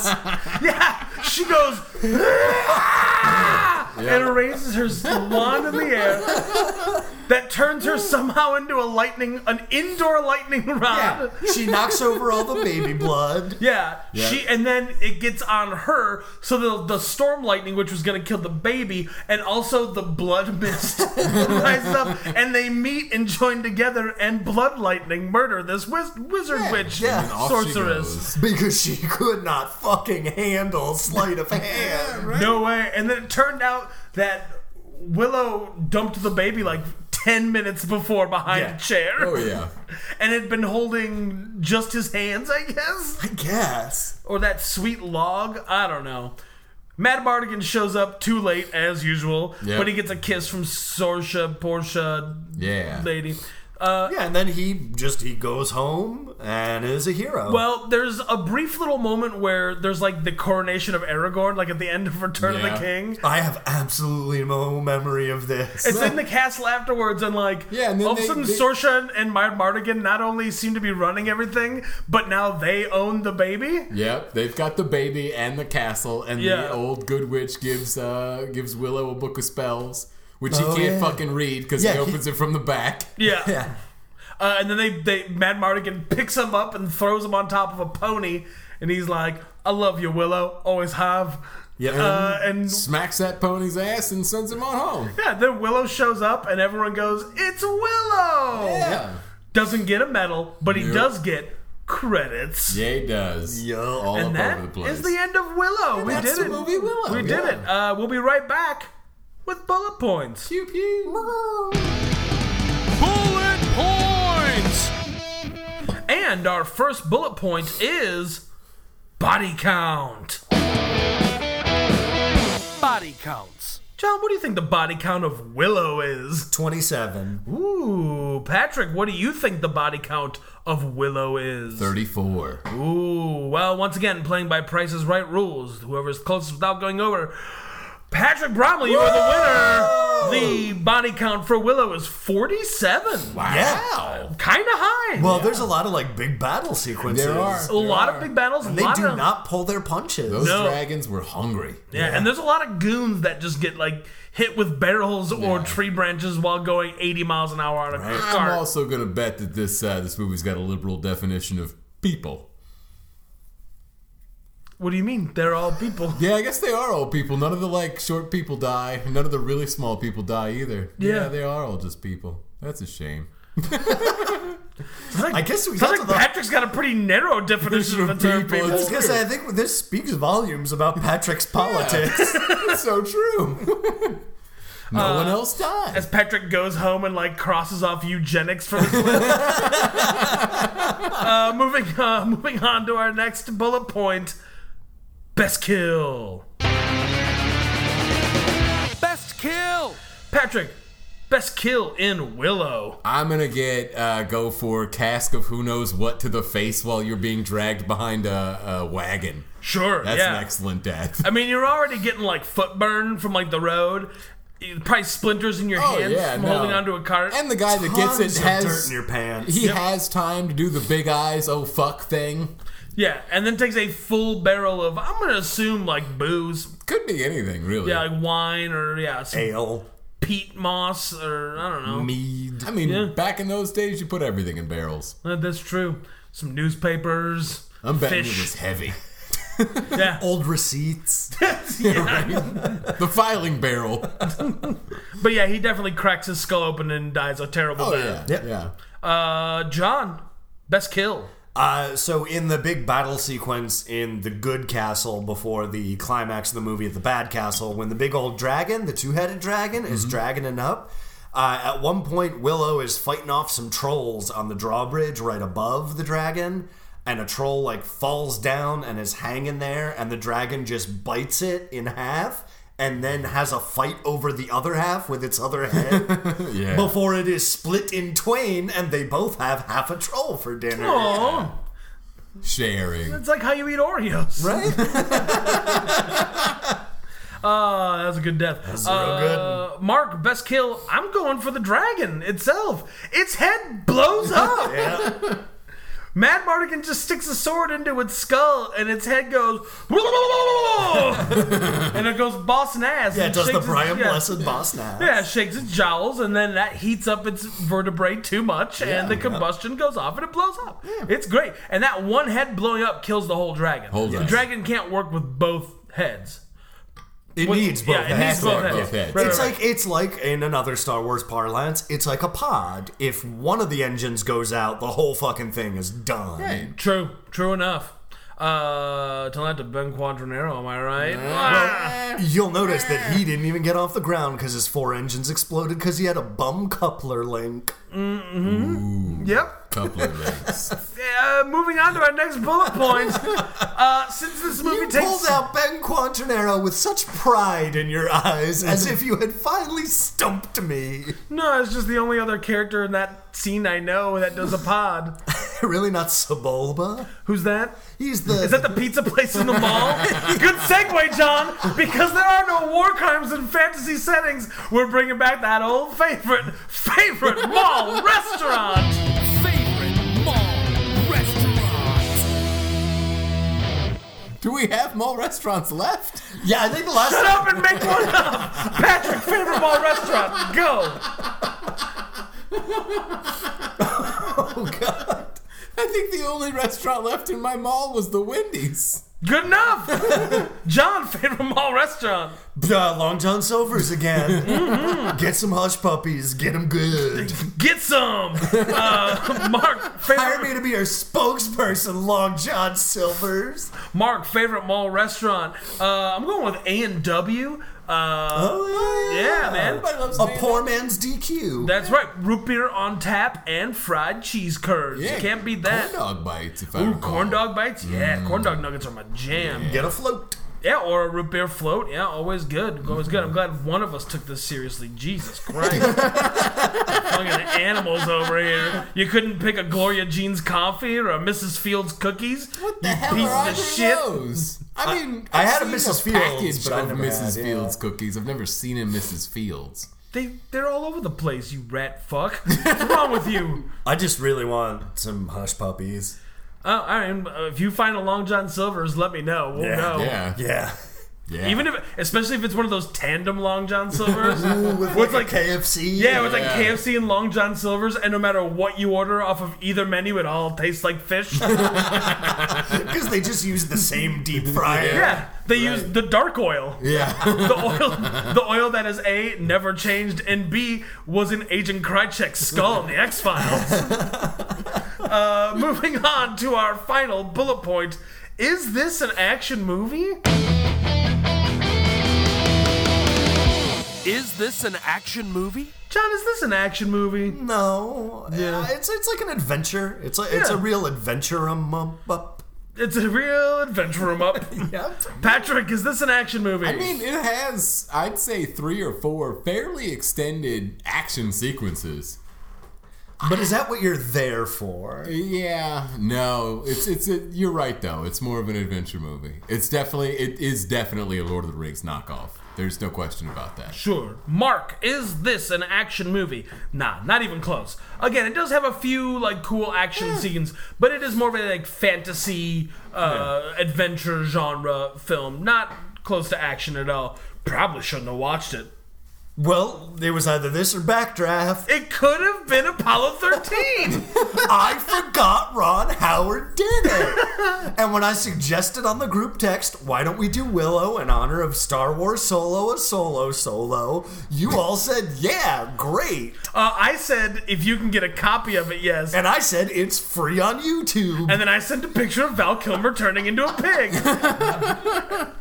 Yeah, she goes "Ah!" and raises her wand in the air. That turns her somehow into a lightning, an indoor lightning rod. Yeah. She knocks over all the baby blood. Yeah, Yeah. she and then it gets on her. So the the storm lightning, which was going to kill the baby, and also the blood mist rises up, and they meet and join together, and blood lightning murder this wiz- wizard witch yeah. And off she sorceress. goes. Because she could not fucking handle sleight of hand. No way. And then it turned out that Willow dumped the baby like ten minutes before behind Yeah. a chair, Oh yeah. and had been holding just his hands, I guess. I guess. or that sweet log. I don't know. Matt Mardigan shows up too late as usual, Yeah. but he gets a kiss from Sorsha Portia Yeah. lady. Uh, Yeah, and then he just he goes home and is a hero. well, there's a brief little moment where there's like the coronation of Aragorn, like at the end of Return of Yeah. Uh, the King. I have absolutely no memory of this. It's in the castle afterwards, and like Yeah, and then all of a they- sudden, they- Sorsha and Mad Mardigan not only seem to be running everything, but now they own the baby. Yep, they've got the baby and the castle, and Yeah. the old good witch gives uh, gives Willow a book of spells, which Oh, he can't yeah. fucking read because Yeah, he he- opens it from the back. Yeah. Yeah. Uh, and then they, they Mad Mardigan picks him up and throws him on top of a pony, and he's like, "I love you, Willow. Always have." Yeah. Uh, and Smacks that pony's ass and sends him on home. yeah, then Willow shows up, and everyone goes, "It's Willow." Yeah, Doesn't get a medal, but he Nope. does get credits. yeah, he does. Yo. all And up over the that place. is the end of Willow. we That's did the it. movie Willow. We did it. Uh, we'll be right back with bullet points. Pew pew. bullet points. And our first bullet point is body count. Body counts. John, what do you think the body count of Willow is? 27. Ooh, Patrick, what do you think the body count of Willow is? Thirty-four. Ooh, well, once again, playing by Price's Right rules. Whoever's closest without going over. Patrick Bromley, you are the winner. The body count for Willow is 47. Wow. Yeah. Kind of high. Well, there's a lot of like big battle sequences. There are. a lot of big battles. a They lot do of, not pull their punches. Those No. dragons were hungry. Yeah, and there's a lot of goons that just get like hit with barrels or Yeah. tree branches while going 80 miles an hour on a I'm cart. also gonna bet that this uh, this movie's got a liberal definition of people. what do you mean? They're all people. Yeah, I guess they are old people. None of the like short people die. None of the really small people die either. Yeah. they are all just people. That's a shame. It's like, I guess we it's got like to the- Patrick's got a pretty narrow definition of the term people. people. I was gonna say, I think this speaks volumes about Patrick's politics. That's so true. no Uh, one else dies. As Patrick goes home and like crosses off eugenics from his list. uh, moving, uh, moving on to our next bullet point: best kill. Best Best kill! Patrick, best kill in Willow. I'm gonna get uh, go for cask of who knows what to the face while you're being dragged behind a, a wagon. Sure, That's yeah. an excellent death. I mean, you're already getting like foot burn from like the road. You- Probably splinters in your Oh, hands yeah, from no. holding onto a cart. And the guy that gets Tons it of has dirt in your pants. He has time to do the big eyes, oh fuck thing. yeah, and then takes a full barrel of I'm gonna assume like booze, Could be anything, really. yeah, like wine or yeah, some Ale, peat moss or I don't know. Mm. mead. I mean, Yeah. back in those days, you put everything in barrels. Uh, That's true. Some newspapers. I'm betting fish. it was heavy. Yeah. Old receipts. the filing barrel. But yeah, he definitely cracks his skull open and dies a terrible Oh yeah, death. Yep. yeah. Uh, John, best kill. Uh, so in the big battle sequence in the good castle before the climax of the movie at the bad castle, when the big old dragon, the two-headed dragon, is dragoning up, uh, at one point Willow is fighting off some trolls on the drawbridge right above the dragon, and a troll like falls down and is hanging there, and the dragon just bites it in half. And then has a fight over the other half with its other head Yeah. before it is split in twain, and they both have half a troll for dinner. Oh, Sharing. it's like how you eat Oreos. Right? Uh, that was a good death. That's a real good. Mark, best kill. I'm going for the dragon itself. Its head blows up. Yeah. Mad Mardigan just sticks a sword into its skull, and its head goes. and it goes bossing ass. Yeah, and does the shakes its- Brian yeah. Blessed boss now? Yeah, shakes its jowls, and then that heats up its vertebrae too much, and the yeah. combustion goes off, and it blows up. It's great. And that one head blowing up kills the whole dragon. Whole the dragon. dragon can't work with both heads. It With- needs both. Yeah, it hands. needs both Both heads. heads. Right, it's right, right. like it's like in another Star Wars parlance, it's like a pod. If one of the engines goes out, the whole fucking thing is done. Right. true, true enough. Uh, tell that to Ben Quadranero, am I right? Ah. You'll notice that he didn't even get off the ground because his four engines exploded because he had a bum coupler link. Yep. Couple of things. Uh, moving on to our next bullet point. uh, since this movie You takes pulled out Ben Quantanero with such pride in your eyes, as if you had finally stumped me. no, it's just the only other character in that scene I know that does a pod. really not Sebulba? Who's that? He's the Is that the pizza place in the mall? Good segue, John, because there are no war crimes in fantasy settings. We're bringing back that old favorite, favorite mall restaurant. favorite mall restaurant. Do we have mall restaurants left? Yeah, I think the last Shut up and make one up. Patrick, favorite mall restaurant. Go. I think the only restaurant left in my mall was the Wendy's. Good enough. John, favorite mall restaurant. Uh, Long John Silver's again. Get some hush puppies. Get them good. Get some. Uh, Mark, Hire favorite, me to be your spokesperson, Long John Silver's. Mark, favorite mall restaurant. Uh, I'm going with A and W. Uh, Oh, yeah, man. Everybody loves A saying poor man's DQ. That's right. Root beer on tap and fried cheese curds. that. You can't beat Corn that. dog Mm. bites, if I Ooh, recall. corn dog bites? Yeah, corn dog nuggets are my jam. Yeah. Get a float. or a root beer float. Yeah, always good. Always good. I'm glad one of us took this seriously. Jesus Christ. Fucking animals over here. You couldn't pick a Gloria Jean's coffee or a Mrs. Fields cookies? What the hell piece are either of of shit. those? I mean, I I've had a seen Mrs. the Fields, package but I of never Mrs. had, yeah. Fields cookies. I've never seen a Mrs. Fields. They, they're all over the place, you rat fuck. What's wrong with you? I just really want some hush puppies. Oh, I mean, if you find a Long John Silver's, let me know. We'll Yeah. know. Yeah, Yeah. yeah. Even if, especially if it's one of those tandem Long John Silvers. With What's like, like- a KFC. Yeah, with Yeah. like KFC and Long John Silver's, and no matter what you order off of either menu, it all tastes like fish. because they just use the same deep fryer. yeah, they use the dark oil, yeah. the oil, the oil that is a never changed, and b was in Agent Krychek's skull in the X Files. uh, moving on to our final bullet point: Is this an action movie? Is this an action movie? John, is this an action movie? No. Yeah. It's it's like an adventure. It's like it's Yeah. a real adventure um up. It's a real adventure room up. Yep. Patrick, is this an action movie? I mean, it has, I'd say, three or four fairly extended action sequences. But is that what you're there for? Yeah, no, it's it's a, you're right though. It's more of an adventure movie. It's definitely it is definitely a Lord of the Rings knockoff. There's no question about that. Sure. Mark, is this an action movie? Nah, not even close. Again, it does have a few like cool action scenes, but it is more of a like fantasy uh, adventure genre film. Not close to action at all. Probably shouldn't have watched it. Well, it was either this or Backdraft. It could have been Apollo 13. I forgot Ron Howard did it. and when I suggested on the group text, why don't we do Willow in honor of Star Wars Solo, a solo solo, you all said, yeah, great. uh, I said if you can get a copy of it, yes. And I said, it's free on YouTube. And then I sent a picture of Val Kilmer turning into a pig.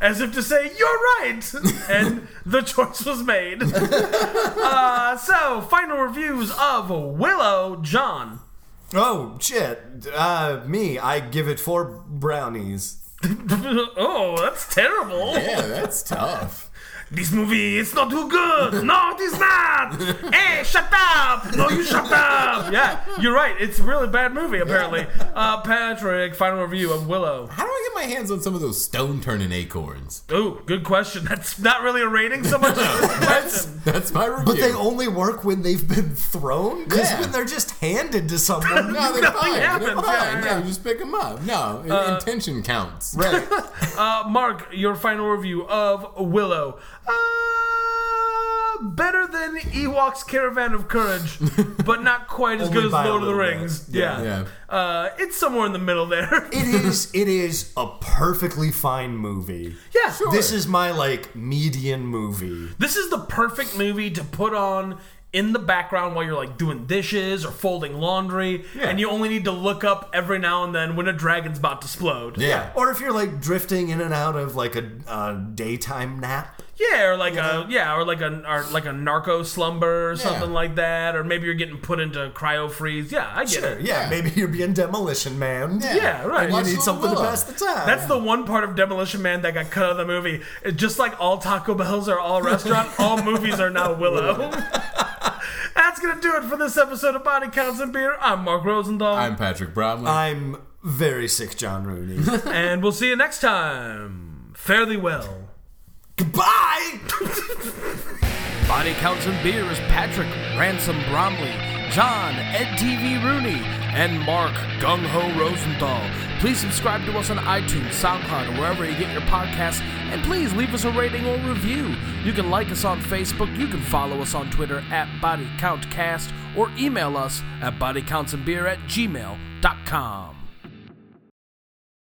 As if to say, you're right! And the choice was made. Uh, so, final reviews of Willow John. Oh, shit. Uh, me, I give it four brownies. oh, that's terrible. Yeah, that's tough. This movie is not too good. No, it is not. Hey, shut up. No, you shut up. Yeah, you're right. It's a really bad movie, apparently. Uh, Patrick, final review of Willow. How do I get my hands on some of those stone turning acorns? Oh, good question. That's not really a rating so much as a question. That's my review. But they only work when they've been thrown? Because Yeah. when they're just handed to someone. no, they're nothing fine. They're happens. fine. Yeah, yeah, no, yeah. you just pick them up. No, intention counts. Right. Uh, Mark, your final review of Willow. Uh, better than Ewok's Caravan of Courage, but not quite as Only good as by a Lord of the little bit. Rings. Yeah. Yeah. Uh, it's somewhere in the middle there. It is. It is a perfectly fine movie. yeah. This is my like median movie. This is the perfect movie to put on in the background while you're like doing dishes or folding laundry, and you only need to look up every now and then when a dragon's about to explode. Yeah. Or if you're like drifting in and out of like a, a daytime nap. Yeah, or like a yeah, or like a or like a narco slumber or something like that, or maybe you're getting put into cryo freeze. Yeah, I get Sure. it. Yeah. Yeah. Maybe you're being Demolition Man. Yeah, right. And You watch need Little something to Willow. pass the time. That's the one part of Demolition Man that got cut out of the movie. It- just like all Taco Bells are all restaurant, all movies are now Willow. That's gonna do it for this episode of Body Counts and Beer. I'm Mark Rosendahl, I'm Patrick Bromley. I'm very sick, John Rooney. and we'll see you next time. Fare thee well. Goodbye. Body Counts and Beer is Patrick Ransom Bromley, John Ed TV Rooney, and Mark Gung Ho Rosenthal. Please subscribe to us on iTunes, SoundCloud, or wherever you get your podcasts, and please leave us a rating or review. You can like us on Facebook, you can follow us on Twitter at BodyCountCast, or email us at bodycountsandbeer at gmail.com.